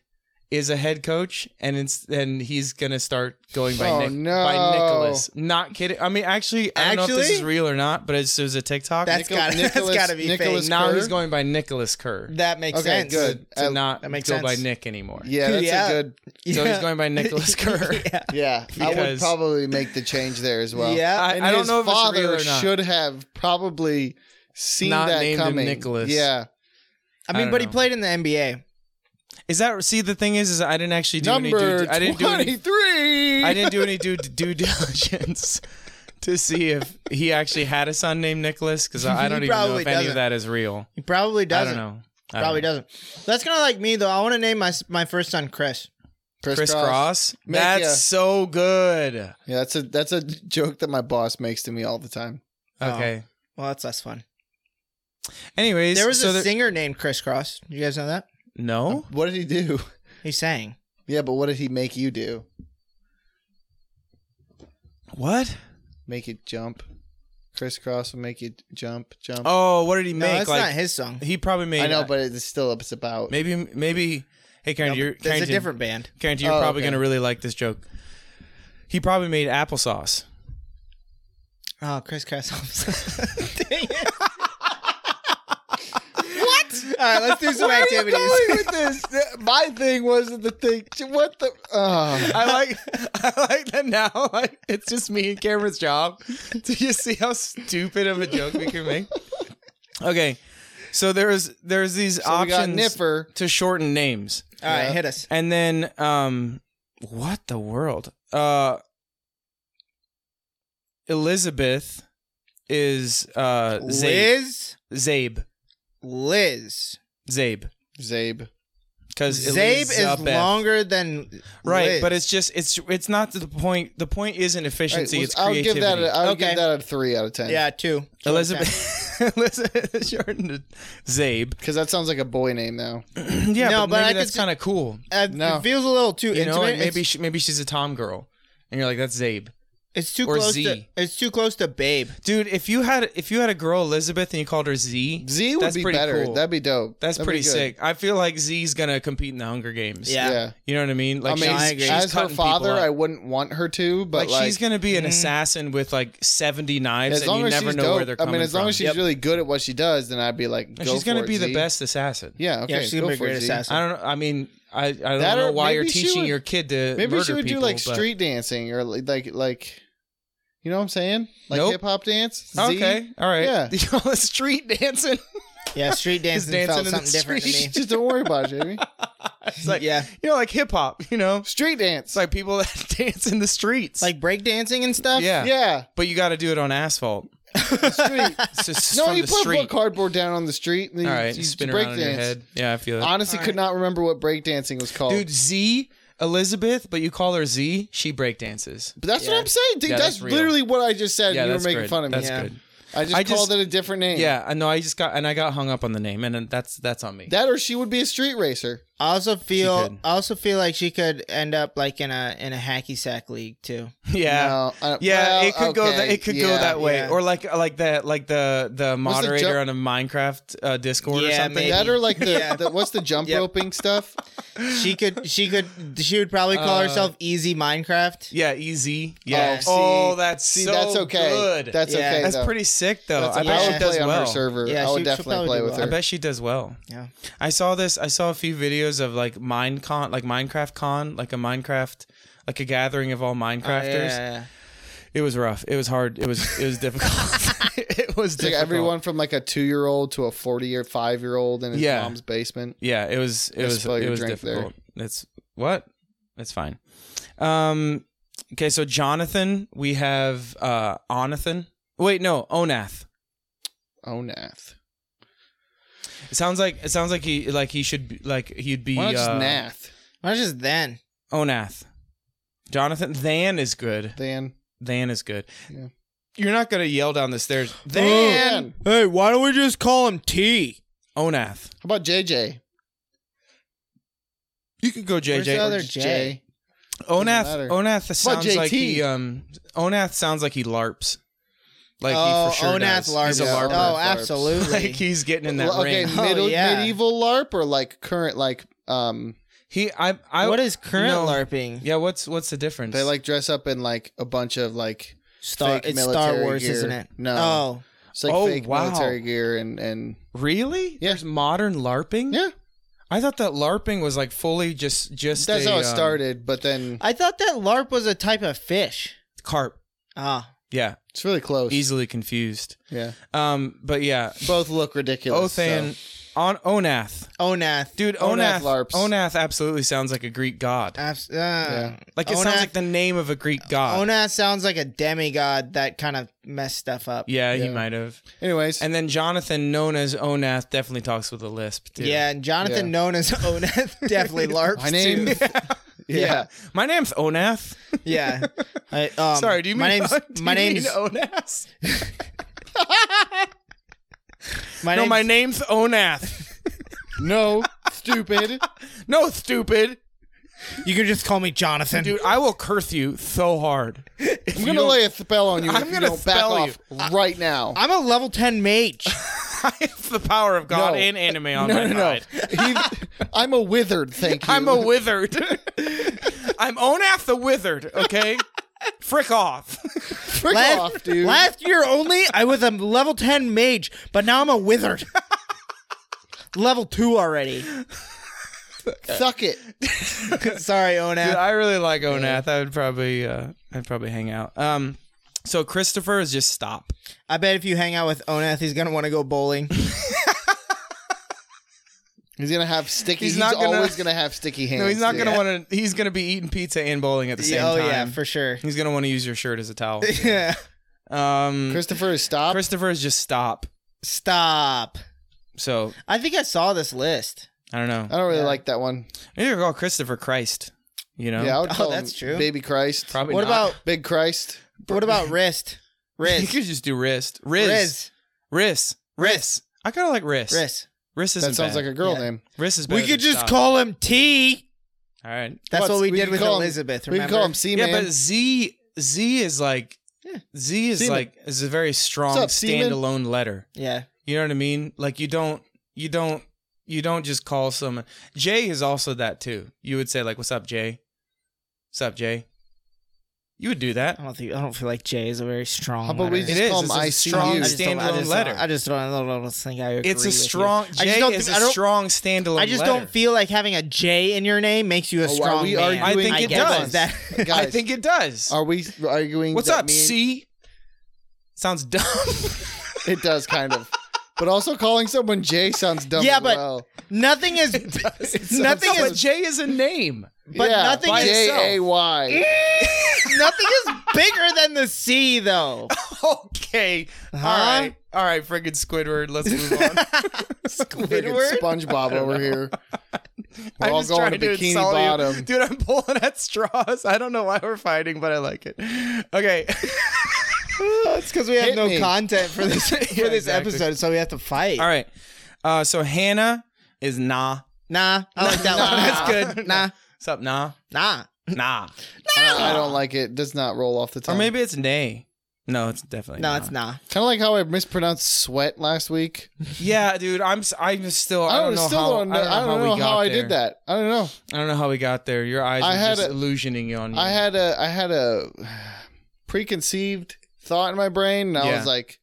[SPEAKER 1] is a head coach and it's and he's gonna start going by
[SPEAKER 2] Oh,
[SPEAKER 1] Nick
[SPEAKER 2] no.
[SPEAKER 1] by Nicholas. Not kidding. I mean actually I don't know if this
[SPEAKER 3] Actually?
[SPEAKER 1] is real or not, but it's it was a TikTok.
[SPEAKER 3] That's
[SPEAKER 2] Nichol-
[SPEAKER 3] gotta that's
[SPEAKER 2] Nicholas-
[SPEAKER 3] gotta be
[SPEAKER 2] Nicholas
[SPEAKER 3] fake.
[SPEAKER 1] now
[SPEAKER 2] Kerr?
[SPEAKER 1] he's going by Nicholas Kerr.
[SPEAKER 3] That makes
[SPEAKER 2] Okay,
[SPEAKER 3] sense.
[SPEAKER 2] good.
[SPEAKER 1] to
[SPEAKER 2] I-
[SPEAKER 1] not
[SPEAKER 3] that makes
[SPEAKER 1] go by
[SPEAKER 3] sense.
[SPEAKER 1] Nick anymore.
[SPEAKER 2] Yeah, that's
[SPEAKER 3] Yeah.
[SPEAKER 2] a good.
[SPEAKER 1] So he's going by Nicholas Kerr.
[SPEAKER 3] yeah.
[SPEAKER 2] Yeah, I would
[SPEAKER 1] Because-
[SPEAKER 2] probably make the change there as well.
[SPEAKER 3] Yeah.
[SPEAKER 1] I,
[SPEAKER 2] and
[SPEAKER 1] I don't
[SPEAKER 2] his
[SPEAKER 1] know if it's
[SPEAKER 2] father
[SPEAKER 1] real or not.
[SPEAKER 2] should have probably seen
[SPEAKER 1] Not
[SPEAKER 2] that
[SPEAKER 1] named him
[SPEAKER 2] coming.
[SPEAKER 1] Nicholas.
[SPEAKER 2] Yeah.
[SPEAKER 3] I
[SPEAKER 1] I
[SPEAKER 3] mean,
[SPEAKER 1] don't
[SPEAKER 3] but he
[SPEAKER 1] know.
[SPEAKER 3] played in the NBA.
[SPEAKER 1] Is that see the thing is is I didn't actually do any
[SPEAKER 2] Number
[SPEAKER 1] due, I didn't do any
[SPEAKER 2] 23.
[SPEAKER 1] I didn't do any due due diligence to see if he actually had a son named Nicholas because I, I
[SPEAKER 3] He
[SPEAKER 1] don't even know
[SPEAKER 3] probably
[SPEAKER 1] if any
[SPEAKER 3] doesn't.
[SPEAKER 1] of that is real.
[SPEAKER 3] He probably doesn't.
[SPEAKER 1] I don't know. I don't
[SPEAKER 3] Probably
[SPEAKER 1] know.
[SPEAKER 3] doesn't. That's kind of like me though. I want to name my my first son Chris.
[SPEAKER 1] Chris Cross.
[SPEAKER 2] Make
[SPEAKER 1] That's
[SPEAKER 2] ya.
[SPEAKER 1] so good.
[SPEAKER 2] Yeah, that's a that's a joke that my boss makes to me all the time.
[SPEAKER 3] Oh.
[SPEAKER 1] Okay.
[SPEAKER 3] Well, that's less fun.
[SPEAKER 1] Anyways,
[SPEAKER 3] There was
[SPEAKER 1] so
[SPEAKER 3] a Oh.
[SPEAKER 1] there-
[SPEAKER 3] singer named Chris Cross. You guys know that?
[SPEAKER 1] no.
[SPEAKER 2] What did he do?
[SPEAKER 3] He sang.
[SPEAKER 2] Yeah, but what did he make you do?
[SPEAKER 1] What?
[SPEAKER 2] Make it jump. Crisscross will make you jump, jump.
[SPEAKER 1] Oh, what did he
[SPEAKER 3] No,
[SPEAKER 1] make?
[SPEAKER 3] that's
[SPEAKER 1] like
[SPEAKER 3] not his song.
[SPEAKER 1] he probably made.
[SPEAKER 2] I know, but it's still it's about.
[SPEAKER 1] maybe maybe. Hey, Karen,
[SPEAKER 3] No,
[SPEAKER 1] you're
[SPEAKER 3] but that's a
[SPEAKER 1] Carrington-
[SPEAKER 3] different band.
[SPEAKER 1] Karen, you're
[SPEAKER 2] Oh,
[SPEAKER 1] probably
[SPEAKER 2] okay.
[SPEAKER 1] gonna really like this joke. He probably made applesauce.
[SPEAKER 3] Oh, Chris Cross. Dang it. what? All right, let's do some
[SPEAKER 2] Where are you
[SPEAKER 3] activities.
[SPEAKER 2] going with this? My thing wasn't the thing. What the? Oh.
[SPEAKER 1] I like I like that now. Like it's just me and Cameron's job. Do you see how stupid of a joke we can make? Okay. So there's there's these
[SPEAKER 2] So we got
[SPEAKER 1] options
[SPEAKER 2] Nipper.
[SPEAKER 1] to shorten names.
[SPEAKER 3] All right,
[SPEAKER 2] Yeah.
[SPEAKER 3] hit us.
[SPEAKER 1] And then um what the world? Uh Elizabeth is uh Zabe.
[SPEAKER 3] Liz.
[SPEAKER 1] Zabe.
[SPEAKER 3] Liz.
[SPEAKER 1] Zabe.
[SPEAKER 2] Zabe.
[SPEAKER 1] Cuz
[SPEAKER 3] Zabe is longer than
[SPEAKER 1] Right,
[SPEAKER 3] Liz.
[SPEAKER 1] but it's just it's it's not the point. The point isn't efficiency,
[SPEAKER 2] All right,
[SPEAKER 1] it's
[SPEAKER 2] I'll
[SPEAKER 1] creativity.
[SPEAKER 2] give that. A, I'll
[SPEAKER 3] Okay.
[SPEAKER 2] give that a three out of ten.
[SPEAKER 3] yeah, two. Two
[SPEAKER 1] Elizabeth Elizabeth is shortened to Zabe.
[SPEAKER 2] because that sounds like a boy name now.
[SPEAKER 1] yeah,
[SPEAKER 3] No,
[SPEAKER 1] but,
[SPEAKER 3] but I
[SPEAKER 1] maybe
[SPEAKER 3] could
[SPEAKER 1] that's
[SPEAKER 3] see-
[SPEAKER 1] kind of cool.
[SPEAKER 3] out of ten. Uh,
[SPEAKER 2] No.
[SPEAKER 3] It feels a little too
[SPEAKER 1] You
[SPEAKER 3] intimate.
[SPEAKER 1] know, like maybe
[SPEAKER 3] it's,
[SPEAKER 1] she, maybe she's a tom girl, and you're like that's Zabe,
[SPEAKER 3] it's too
[SPEAKER 1] or
[SPEAKER 3] close
[SPEAKER 1] Z.
[SPEAKER 3] to it's too close to babe.
[SPEAKER 1] dude. If you had if you had a girl Elizabeth and you called her Z,
[SPEAKER 2] Z would
[SPEAKER 1] That's
[SPEAKER 2] be
[SPEAKER 1] pretty
[SPEAKER 2] better.
[SPEAKER 1] cool.
[SPEAKER 2] That'd be dope.
[SPEAKER 1] that's
[SPEAKER 2] That'd be
[SPEAKER 1] pretty
[SPEAKER 2] good.
[SPEAKER 1] sick. I feel like Z's gonna compete in the Hunger Games.
[SPEAKER 3] Yeah.
[SPEAKER 2] Yeah.
[SPEAKER 1] you know what I mean. Like
[SPEAKER 2] I mean,
[SPEAKER 1] she's,
[SPEAKER 3] I agree.
[SPEAKER 1] she's
[SPEAKER 2] as her
[SPEAKER 1] cutting people
[SPEAKER 2] father,
[SPEAKER 1] up.
[SPEAKER 2] I wouldn't want her to, but
[SPEAKER 1] like,
[SPEAKER 2] like, mm-hmm.
[SPEAKER 1] she's gonna be an assassin with like seventy knives,
[SPEAKER 2] as
[SPEAKER 1] and
[SPEAKER 2] long
[SPEAKER 1] you
[SPEAKER 2] as
[SPEAKER 1] never
[SPEAKER 2] she's
[SPEAKER 1] know
[SPEAKER 2] dope,
[SPEAKER 1] where they're
[SPEAKER 2] I
[SPEAKER 1] coming
[SPEAKER 2] mean, as long
[SPEAKER 1] from.
[SPEAKER 2] as she's really good at what she does, then I'd be like,
[SPEAKER 1] And
[SPEAKER 2] go
[SPEAKER 1] she's gonna
[SPEAKER 2] for it,
[SPEAKER 1] be the
[SPEAKER 2] Z.
[SPEAKER 1] best assassin.
[SPEAKER 2] Yeah, okay,
[SPEAKER 3] Yeah, she's gonna
[SPEAKER 2] go
[SPEAKER 3] be a
[SPEAKER 2] for
[SPEAKER 3] great
[SPEAKER 2] it, Z.
[SPEAKER 3] assassin.
[SPEAKER 1] I don't. know. I mean, I I don't
[SPEAKER 2] That or
[SPEAKER 1] know why you're
[SPEAKER 2] maybe she
[SPEAKER 1] teaching
[SPEAKER 2] would-
[SPEAKER 1] your kid to
[SPEAKER 2] Maybe
[SPEAKER 1] murder
[SPEAKER 2] she would
[SPEAKER 1] people,
[SPEAKER 2] do like
[SPEAKER 1] but-
[SPEAKER 2] street dancing or li- like like, you know what I'm saying? Like
[SPEAKER 1] Nope.
[SPEAKER 2] hip hop dance. Z?
[SPEAKER 1] Okay, all right.
[SPEAKER 2] Yeah.
[SPEAKER 1] you call it street dancing?
[SPEAKER 3] Yeah, street dancing,
[SPEAKER 1] dancing
[SPEAKER 3] felt
[SPEAKER 1] in the
[SPEAKER 3] something different to me.
[SPEAKER 1] street.
[SPEAKER 2] Just don't worry about it, Jamie.
[SPEAKER 1] It's like
[SPEAKER 3] yeah.
[SPEAKER 1] you know, like hip hop. You know,
[SPEAKER 2] Street
[SPEAKER 1] it's
[SPEAKER 2] dance.
[SPEAKER 1] like people that dance in the streets.
[SPEAKER 3] Like break dancing and stuff.
[SPEAKER 1] yeah,
[SPEAKER 2] yeah,
[SPEAKER 1] but you got to do it on asphalt.
[SPEAKER 2] street.
[SPEAKER 1] It's just
[SPEAKER 2] no,
[SPEAKER 1] from
[SPEAKER 2] you
[SPEAKER 1] the
[SPEAKER 2] put
[SPEAKER 1] street.
[SPEAKER 2] cardboard down on the street. And then
[SPEAKER 1] all
[SPEAKER 2] you-
[SPEAKER 1] right,
[SPEAKER 2] you,
[SPEAKER 1] spin
[SPEAKER 2] break
[SPEAKER 1] around in your
[SPEAKER 2] dance.
[SPEAKER 1] head. Yeah, I feel it.
[SPEAKER 2] Honestly, could not remember what breakdancing was called.
[SPEAKER 1] Dude, Z Elizabeth, but you call her Z. She breakdances.
[SPEAKER 2] But that's
[SPEAKER 3] Yeah.
[SPEAKER 2] what I'm saying, dude.
[SPEAKER 1] Yeah,
[SPEAKER 2] that's
[SPEAKER 1] that's real.
[SPEAKER 2] literally what I just said.
[SPEAKER 1] Yeah,
[SPEAKER 2] and you were
[SPEAKER 1] that's
[SPEAKER 2] making
[SPEAKER 1] good.
[SPEAKER 2] fun of me.
[SPEAKER 1] That's
[SPEAKER 3] Yeah.
[SPEAKER 1] good.
[SPEAKER 2] I just
[SPEAKER 1] I
[SPEAKER 2] called
[SPEAKER 1] just-
[SPEAKER 2] it a different name.
[SPEAKER 1] Yeah, I know. I just got and I got hung up on the name, and then that's that's on me.
[SPEAKER 2] That or she would be a street racer.
[SPEAKER 3] I also feel
[SPEAKER 1] could.
[SPEAKER 3] I also feel like she could end up like in a in a hacky sack league too.
[SPEAKER 1] yeah.
[SPEAKER 2] No, I don't-
[SPEAKER 1] Yeah,
[SPEAKER 2] well,
[SPEAKER 1] it could go.
[SPEAKER 2] okay,
[SPEAKER 1] That, it could go
[SPEAKER 2] yeah.
[SPEAKER 1] that way,
[SPEAKER 3] yeah.
[SPEAKER 1] or like uh, like the like the the
[SPEAKER 2] What's the
[SPEAKER 1] moderator on
[SPEAKER 2] jump-
[SPEAKER 1] a Minecraft uh, Discord or
[SPEAKER 3] Yeah,
[SPEAKER 1] something.
[SPEAKER 3] maybe.
[SPEAKER 2] That or like the,
[SPEAKER 3] Yeah.
[SPEAKER 2] the what's the jump
[SPEAKER 3] Yep.
[SPEAKER 2] roping stuff?
[SPEAKER 3] She could she could she would probably call
[SPEAKER 1] Uh,
[SPEAKER 3] herself Easy Minecraft.
[SPEAKER 1] Yeah, easy.
[SPEAKER 3] Yeah.
[SPEAKER 1] Yeah.
[SPEAKER 2] Oh,
[SPEAKER 1] Oh, that's
[SPEAKER 2] See,
[SPEAKER 1] so
[SPEAKER 2] that's okay.
[SPEAKER 1] good.
[SPEAKER 2] That's
[SPEAKER 3] Yeah.
[SPEAKER 2] okay.
[SPEAKER 1] That's
[SPEAKER 2] though.
[SPEAKER 1] pretty sick though.
[SPEAKER 2] That's
[SPEAKER 1] I
[SPEAKER 2] I
[SPEAKER 1] bet
[SPEAKER 2] would
[SPEAKER 1] she
[SPEAKER 2] play
[SPEAKER 1] does
[SPEAKER 2] on her
[SPEAKER 1] well.
[SPEAKER 2] server.
[SPEAKER 3] Yeah,
[SPEAKER 2] I
[SPEAKER 3] she-
[SPEAKER 2] would
[SPEAKER 3] she'll
[SPEAKER 2] definitely
[SPEAKER 3] probably
[SPEAKER 2] play
[SPEAKER 3] do
[SPEAKER 2] with
[SPEAKER 3] well.
[SPEAKER 1] I
[SPEAKER 2] her.
[SPEAKER 1] bet she does well.
[SPEAKER 3] Yeah.
[SPEAKER 1] I saw this. I saw a few videos of like Minecon, like Minecraft Con, like a Minecraft, like a gathering
[SPEAKER 2] Oh,
[SPEAKER 1] of all Minecrafters.
[SPEAKER 3] Yeah.
[SPEAKER 1] It was rough. It was hard. It was it was difficult. it was
[SPEAKER 2] It's like
[SPEAKER 1] difficult.
[SPEAKER 2] everyone from like a two year old to a forty or five year old in his
[SPEAKER 1] Yeah.
[SPEAKER 2] mom's basement.
[SPEAKER 1] Yeah, it was it
[SPEAKER 2] Gotta
[SPEAKER 1] was
[SPEAKER 2] spill
[SPEAKER 1] it
[SPEAKER 2] your
[SPEAKER 1] was
[SPEAKER 2] drink there.
[SPEAKER 1] difficult. It's what? It's fine. Um okay, so Jonathan, we have uh Onathan. Wait, no, Onath.
[SPEAKER 2] Onath.
[SPEAKER 1] It sounds like it sounds like he like he should be, like he'd be
[SPEAKER 2] Why not just
[SPEAKER 1] uh,
[SPEAKER 2] Nath?
[SPEAKER 3] Why not just then?
[SPEAKER 1] Onath. Jonathan Than is good.
[SPEAKER 2] Then
[SPEAKER 1] Than is good.
[SPEAKER 2] Yeah.
[SPEAKER 1] You're not gonna yell down the stairs. Than
[SPEAKER 2] Than.
[SPEAKER 3] Hey, why don't we just call him T?
[SPEAKER 1] Onath.
[SPEAKER 2] How about JJ?
[SPEAKER 1] You could go
[SPEAKER 3] Where's the
[SPEAKER 1] JJ.
[SPEAKER 3] other
[SPEAKER 2] Just
[SPEAKER 3] J?
[SPEAKER 1] Onath
[SPEAKER 2] matter.
[SPEAKER 1] Onath sounds like
[SPEAKER 2] JT?
[SPEAKER 1] he um Onath sounds like he larps. Like
[SPEAKER 3] oh,
[SPEAKER 1] he for sure
[SPEAKER 3] Onath
[SPEAKER 1] does.
[SPEAKER 3] Larp.
[SPEAKER 1] He's a
[SPEAKER 2] Yeah.
[SPEAKER 1] larper.
[SPEAKER 3] Oh,
[SPEAKER 2] Larp.
[SPEAKER 3] absolutely.
[SPEAKER 1] like he's getting in that
[SPEAKER 2] Well, okay,
[SPEAKER 1] ring.
[SPEAKER 3] Oh,
[SPEAKER 2] middle,
[SPEAKER 3] yeah.
[SPEAKER 2] medieval LARP or like current like um
[SPEAKER 1] He, I, I.
[SPEAKER 3] what is current
[SPEAKER 1] no.
[SPEAKER 3] LARPing?
[SPEAKER 1] Yeah, what's what's the difference?
[SPEAKER 2] they like dress up in like a bunch of like
[SPEAKER 3] Star,
[SPEAKER 2] fake
[SPEAKER 3] it's
[SPEAKER 2] military
[SPEAKER 3] Star Wars,
[SPEAKER 2] gear.
[SPEAKER 3] isn't it?
[SPEAKER 2] No.
[SPEAKER 3] Oh,
[SPEAKER 2] it's like
[SPEAKER 1] Oh,
[SPEAKER 2] fake
[SPEAKER 1] wow.
[SPEAKER 2] military gear and and
[SPEAKER 1] really?
[SPEAKER 2] Yeah.
[SPEAKER 1] There's modern LARPing.
[SPEAKER 2] yeah
[SPEAKER 1] I thought that LARPing was like fully just just.
[SPEAKER 2] that's
[SPEAKER 1] a,
[SPEAKER 2] how
[SPEAKER 1] um,
[SPEAKER 2] it started but then
[SPEAKER 3] I thought that LARP was a type of fish.
[SPEAKER 1] Carp.
[SPEAKER 3] Ah,
[SPEAKER 1] Yeah,
[SPEAKER 2] It's really close.
[SPEAKER 1] easily confused.
[SPEAKER 2] Yeah.
[SPEAKER 1] Um, but yeah,
[SPEAKER 2] Both look ridiculous.
[SPEAKER 1] Othan on Onath,
[SPEAKER 3] Onath.
[SPEAKER 1] dude. Onath,
[SPEAKER 2] Onath
[SPEAKER 1] Onath,
[SPEAKER 2] LARPs.
[SPEAKER 1] absolutely sounds like a Greek god.
[SPEAKER 3] Abs- uh, oh,
[SPEAKER 1] Like it
[SPEAKER 3] Onath,
[SPEAKER 1] sounds like the name of a Greek god.
[SPEAKER 3] Onath sounds like a demigod that kind of messed stuff up.
[SPEAKER 1] yeah, he
[SPEAKER 2] Yeah.
[SPEAKER 1] might have.
[SPEAKER 2] so. Anyways,
[SPEAKER 1] And then Jonathan, known as Onath, definitely talks with a lisp. Too.
[SPEAKER 3] Yeah, and Jonathan,
[SPEAKER 2] Yeah.
[SPEAKER 3] known as Onath, definitely LARPs
[SPEAKER 2] My name-
[SPEAKER 3] too.
[SPEAKER 2] yeah.
[SPEAKER 1] My name's Onath.
[SPEAKER 3] Yeah. I, um,
[SPEAKER 1] Sorry, do you
[SPEAKER 3] my
[SPEAKER 1] mean
[SPEAKER 3] name's
[SPEAKER 1] do
[SPEAKER 3] my
[SPEAKER 1] you mean
[SPEAKER 3] name's
[SPEAKER 1] Onath?
[SPEAKER 3] my
[SPEAKER 1] No,
[SPEAKER 3] name's
[SPEAKER 1] my name's Onath.
[SPEAKER 2] No, stupid.
[SPEAKER 1] No, stupid
[SPEAKER 3] You can just call me Jonathan.
[SPEAKER 1] dude. I will curse you so hard.
[SPEAKER 2] I'm gonna lay a spell on you.
[SPEAKER 1] I'm
[SPEAKER 2] if
[SPEAKER 1] gonna
[SPEAKER 2] you don't back
[SPEAKER 1] spell
[SPEAKER 2] off right now.
[SPEAKER 3] I'm a level 10 mage.
[SPEAKER 1] I have the power of God
[SPEAKER 2] No.
[SPEAKER 1] and anime on
[SPEAKER 2] no,
[SPEAKER 1] Oh my
[SPEAKER 2] no, no.
[SPEAKER 1] side.
[SPEAKER 2] He's- I'm a withered. Thank you.
[SPEAKER 1] I'm a withered. I'm Onath the withered. Okay, frick off.
[SPEAKER 2] Frick
[SPEAKER 3] Last,
[SPEAKER 2] off, dude.
[SPEAKER 3] last year only, I was a level 10 mage, but now I'm a wizard. level 2 already.
[SPEAKER 2] Suck it.
[SPEAKER 3] Sorry, Onath.
[SPEAKER 1] Dude, I really like Onath. I would probably, uh, I'd probably hang out. Um, so Christopher is just stop.
[SPEAKER 3] I bet if you hang out with Onath, he's going to want to go bowling.
[SPEAKER 2] He's gonna have sticky.
[SPEAKER 1] He's
[SPEAKER 2] He's,
[SPEAKER 1] not gonna-
[SPEAKER 2] always gonna have sticky hands.
[SPEAKER 1] No, he's not gonna
[SPEAKER 2] Yeah.
[SPEAKER 1] want to. He's gonna be eating pizza and bowling at the same
[SPEAKER 3] oh,
[SPEAKER 1] time.
[SPEAKER 3] yeah, for sure.
[SPEAKER 1] he's gonna want to use your shirt as a towel.
[SPEAKER 3] Yeah.
[SPEAKER 1] Um,
[SPEAKER 2] Christopher is stopped.
[SPEAKER 1] Christopher is just stop.
[SPEAKER 3] Stop.
[SPEAKER 1] So
[SPEAKER 3] I think I saw this list.
[SPEAKER 1] I don't know.
[SPEAKER 2] I don't really
[SPEAKER 3] Yeah.
[SPEAKER 2] like that one.
[SPEAKER 1] Maybe call Christopher Christ. You know,
[SPEAKER 2] Yeah, I would
[SPEAKER 3] Oh,
[SPEAKER 2] call
[SPEAKER 3] that's
[SPEAKER 2] him
[SPEAKER 3] true.
[SPEAKER 2] Baby Christ. Oh,
[SPEAKER 1] probably. not.
[SPEAKER 3] What about
[SPEAKER 2] Big Christ.
[SPEAKER 3] what about wrist?
[SPEAKER 1] You
[SPEAKER 3] Wrist.
[SPEAKER 1] could just do wrist. Riz. Riz.
[SPEAKER 3] Riz.
[SPEAKER 1] Riz. I kind of like wrist.
[SPEAKER 3] Wrist.
[SPEAKER 1] Wrist is
[SPEAKER 2] That sounds like a girl
[SPEAKER 3] Yeah.
[SPEAKER 2] name.
[SPEAKER 1] wrist is.
[SPEAKER 3] We
[SPEAKER 1] better
[SPEAKER 3] could
[SPEAKER 1] than
[SPEAKER 3] just
[SPEAKER 1] stop.
[SPEAKER 3] call him T.
[SPEAKER 1] All right.
[SPEAKER 3] That's
[SPEAKER 2] What's-
[SPEAKER 3] what we,
[SPEAKER 2] we
[SPEAKER 3] did
[SPEAKER 2] could
[SPEAKER 3] with
[SPEAKER 2] call him-
[SPEAKER 3] Elizabeth.
[SPEAKER 2] We
[SPEAKER 3] Remember?
[SPEAKER 2] can call him C
[SPEAKER 1] yeah,
[SPEAKER 2] Man.
[SPEAKER 1] but Z Z is like
[SPEAKER 3] Yeah.
[SPEAKER 1] Z is
[SPEAKER 2] Seaman.
[SPEAKER 1] like is a very strong
[SPEAKER 2] What's up, Seaman?
[SPEAKER 1] standalone letter.
[SPEAKER 3] yeah.
[SPEAKER 1] You know what I mean? Like you don't you don't you don't just call someone. Jay is also that too. You would say like, "What's up, Jay? What's up, Jay?" You would do that.
[SPEAKER 3] I don't think I don't feel like J is a very strong.
[SPEAKER 2] How about we
[SPEAKER 3] letter.
[SPEAKER 2] just
[SPEAKER 1] It is.
[SPEAKER 2] call
[SPEAKER 1] It's
[SPEAKER 2] him
[SPEAKER 1] a
[SPEAKER 2] ICU?
[SPEAKER 1] strong
[SPEAKER 3] I just don't- I
[SPEAKER 1] standalone
[SPEAKER 3] just
[SPEAKER 1] letter.
[SPEAKER 3] Don't, I just don't, I don't, I don't think I agree.
[SPEAKER 1] It's a
[SPEAKER 3] with you.
[SPEAKER 1] strong
[SPEAKER 3] I just
[SPEAKER 1] Jay
[SPEAKER 3] don't
[SPEAKER 1] is
[SPEAKER 3] think-
[SPEAKER 1] a
[SPEAKER 3] I don't-
[SPEAKER 1] strong standalone.
[SPEAKER 3] I just
[SPEAKER 1] letter.
[SPEAKER 3] don't feel like having a J in your name makes you a
[SPEAKER 2] Oh, are
[SPEAKER 3] strong
[SPEAKER 2] we
[SPEAKER 3] man.
[SPEAKER 1] I think
[SPEAKER 2] arguing
[SPEAKER 1] it
[SPEAKER 3] guess
[SPEAKER 1] does.
[SPEAKER 3] That,
[SPEAKER 1] I
[SPEAKER 2] Guys,
[SPEAKER 1] think it does.
[SPEAKER 2] Are we arguing?
[SPEAKER 1] What's
[SPEAKER 2] that
[SPEAKER 1] up,
[SPEAKER 2] me and-
[SPEAKER 1] C? Sounds dumb.
[SPEAKER 2] It does kind of. But also calling someone Jay sounds dumb.
[SPEAKER 3] Yeah,
[SPEAKER 2] as
[SPEAKER 3] but-
[SPEAKER 2] well.
[SPEAKER 3] nothing is. nothing
[SPEAKER 1] No, but
[SPEAKER 3] is.
[SPEAKER 1] Jay is a name.
[SPEAKER 3] But
[SPEAKER 2] yeah,
[SPEAKER 3] nothing
[SPEAKER 1] by
[SPEAKER 3] is.
[SPEAKER 1] itself.
[SPEAKER 2] J A Y.
[SPEAKER 3] nothing is bigger than the C though.
[SPEAKER 1] Okay. All
[SPEAKER 3] Huh?
[SPEAKER 1] right. All right, friggin' Squidward. Let's move on.
[SPEAKER 3] Squidward.
[SPEAKER 2] SpongeBob over here. We're
[SPEAKER 1] I'm
[SPEAKER 2] all
[SPEAKER 1] just
[SPEAKER 2] going
[SPEAKER 1] trying
[SPEAKER 2] to
[SPEAKER 1] to
[SPEAKER 2] Bikini
[SPEAKER 1] insult you.
[SPEAKER 2] Bottom.
[SPEAKER 1] Dude, I'm pulling at straws. I don't know why we're fighting, but I like it. Okay.
[SPEAKER 3] it's because we have
[SPEAKER 2] Hit
[SPEAKER 3] no
[SPEAKER 2] me.
[SPEAKER 3] content for this for
[SPEAKER 1] Yeah,
[SPEAKER 3] this
[SPEAKER 1] exactly.
[SPEAKER 3] episode, so we have to fight.
[SPEAKER 1] All right. Uh, so Hannah is nah.
[SPEAKER 3] Nah, I like that one. That's good. Nah,
[SPEAKER 1] What's up, nah?
[SPEAKER 3] nah.
[SPEAKER 1] Nah.
[SPEAKER 2] I I don't like it. Does not roll off the
[SPEAKER 1] Or
[SPEAKER 2] tongue.
[SPEAKER 1] maybe it's nay. No, it's definitely
[SPEAKER 3] No, it's nah.
[SPEAKER 2] kind of like how I mispronounced sweat last week.
[SPEAKER 1] Yeah, dude, I'm s- I'm just still I
[SPEAKER 2] I
[SPEAKER 1] don't, know
[SPEAKER 2] still
[SPEAKER 1] how
[SPEAKER 2] don't know. I don't know
[SPEAKER 1] we
[SPEAKER 2] how
[SPEAKER 1] got
[SPEAKER 2] I
[SPEAKER 1] there.
[SPEAKER 2] did that. I don't know.
[SPEAKER 1] I don't know how we got there. Your eyes
[SPEAKER 2] I
[SPEAKER 1] were
[SPEAKER 2] had
[SPEAKER 1] just
[SPEAKER 2] a-
[SPEAKER 1] illusioning on you.
[SPEAKER 2] I had a I had a preconceived thought in my brain, and I
[SPEAKER 1] Yeah.
[SPEAKER 2] was like,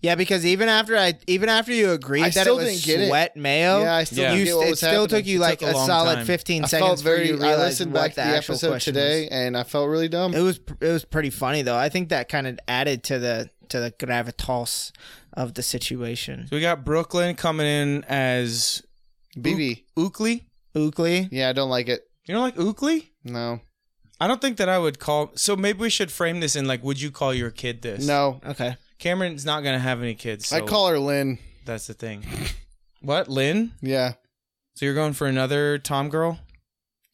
[SPEAKER 3] Yeah, because even after I, even after you agreed
[SPEAKER 2] I
[SPEAKER 3] that it
[SPEAKER 2] still
[SPEAKER 3] was
[SPEAKER 2] didn't get it.
[SPEAKER 3] sweat mayo,
[SPEAKER 2] yeah, I still
[SPEAKER 1] Yeah.
[SPEAKER 2] didn't
[SPEAKER 3] you
[SPEAKER 2] get
[SPEAKER 3] st-
[SPEAKER 2] what
[SPEAKER 3] it
[SPEAKER 2] was
[SPEAKER 3] still
[SPEAKER 2] happening.
[SPEAKER 3] took you
[SPEAKER 1] It
[SPEAKER 3] like
[SPEAKER 1] took a
[SPEAKER 3] a,
[SPEAKER 1] long
[SPEAKER 3] solid
[SPEAKER 1] time.
[SPEAKER 3] 15
[SPEAKER 2] I felt
[SPEAKER 3] seconds
[SPEAKER 2] very.
[SPEAKER 3] for you to
[SPEAKER 2] I
[SPEAKER 3] realize
[SPEAKER 2] listened
[SPEAKER 3] what
[SPEAKER 2] back to the
[SPEAKER 3] actual
[SPEAKER 2] episode
[SPEAKER 3] question
[SPEAKER 2] today, and I felt really dumb.
[SPEAKER 3] was. It was pr- it was pretty funny though. I think that kind of added to the to the gravitas of the situation.
[SPEAKER 1] So we got Brooklyn coming in as
[SPEAKER 2] BB.
[SPEAKER 1] Ookley.
[SPEAKER 3] Ookley,
[SPEAKER 2] Yeah, I don't like it.
[SPEAKER 1] You don't like Ookley?
[SPEAKER 2] No,
[SPEAKER 1] I don't think that I would call. So maybe we should frame this in like, would you call your kid this?
[SPEAKER 2] no.
[SPEAKER 3] okay,
[SPEAKER 1] Cameron's not gonna have any kids. So
[SPEAKER 2] I call her Lynn.
[SPEAKER 1] That's the thing. What, Lynn?
[SPEAKER 2] Yeah.
[SPEAKER 1] So you're going for another Tom girl?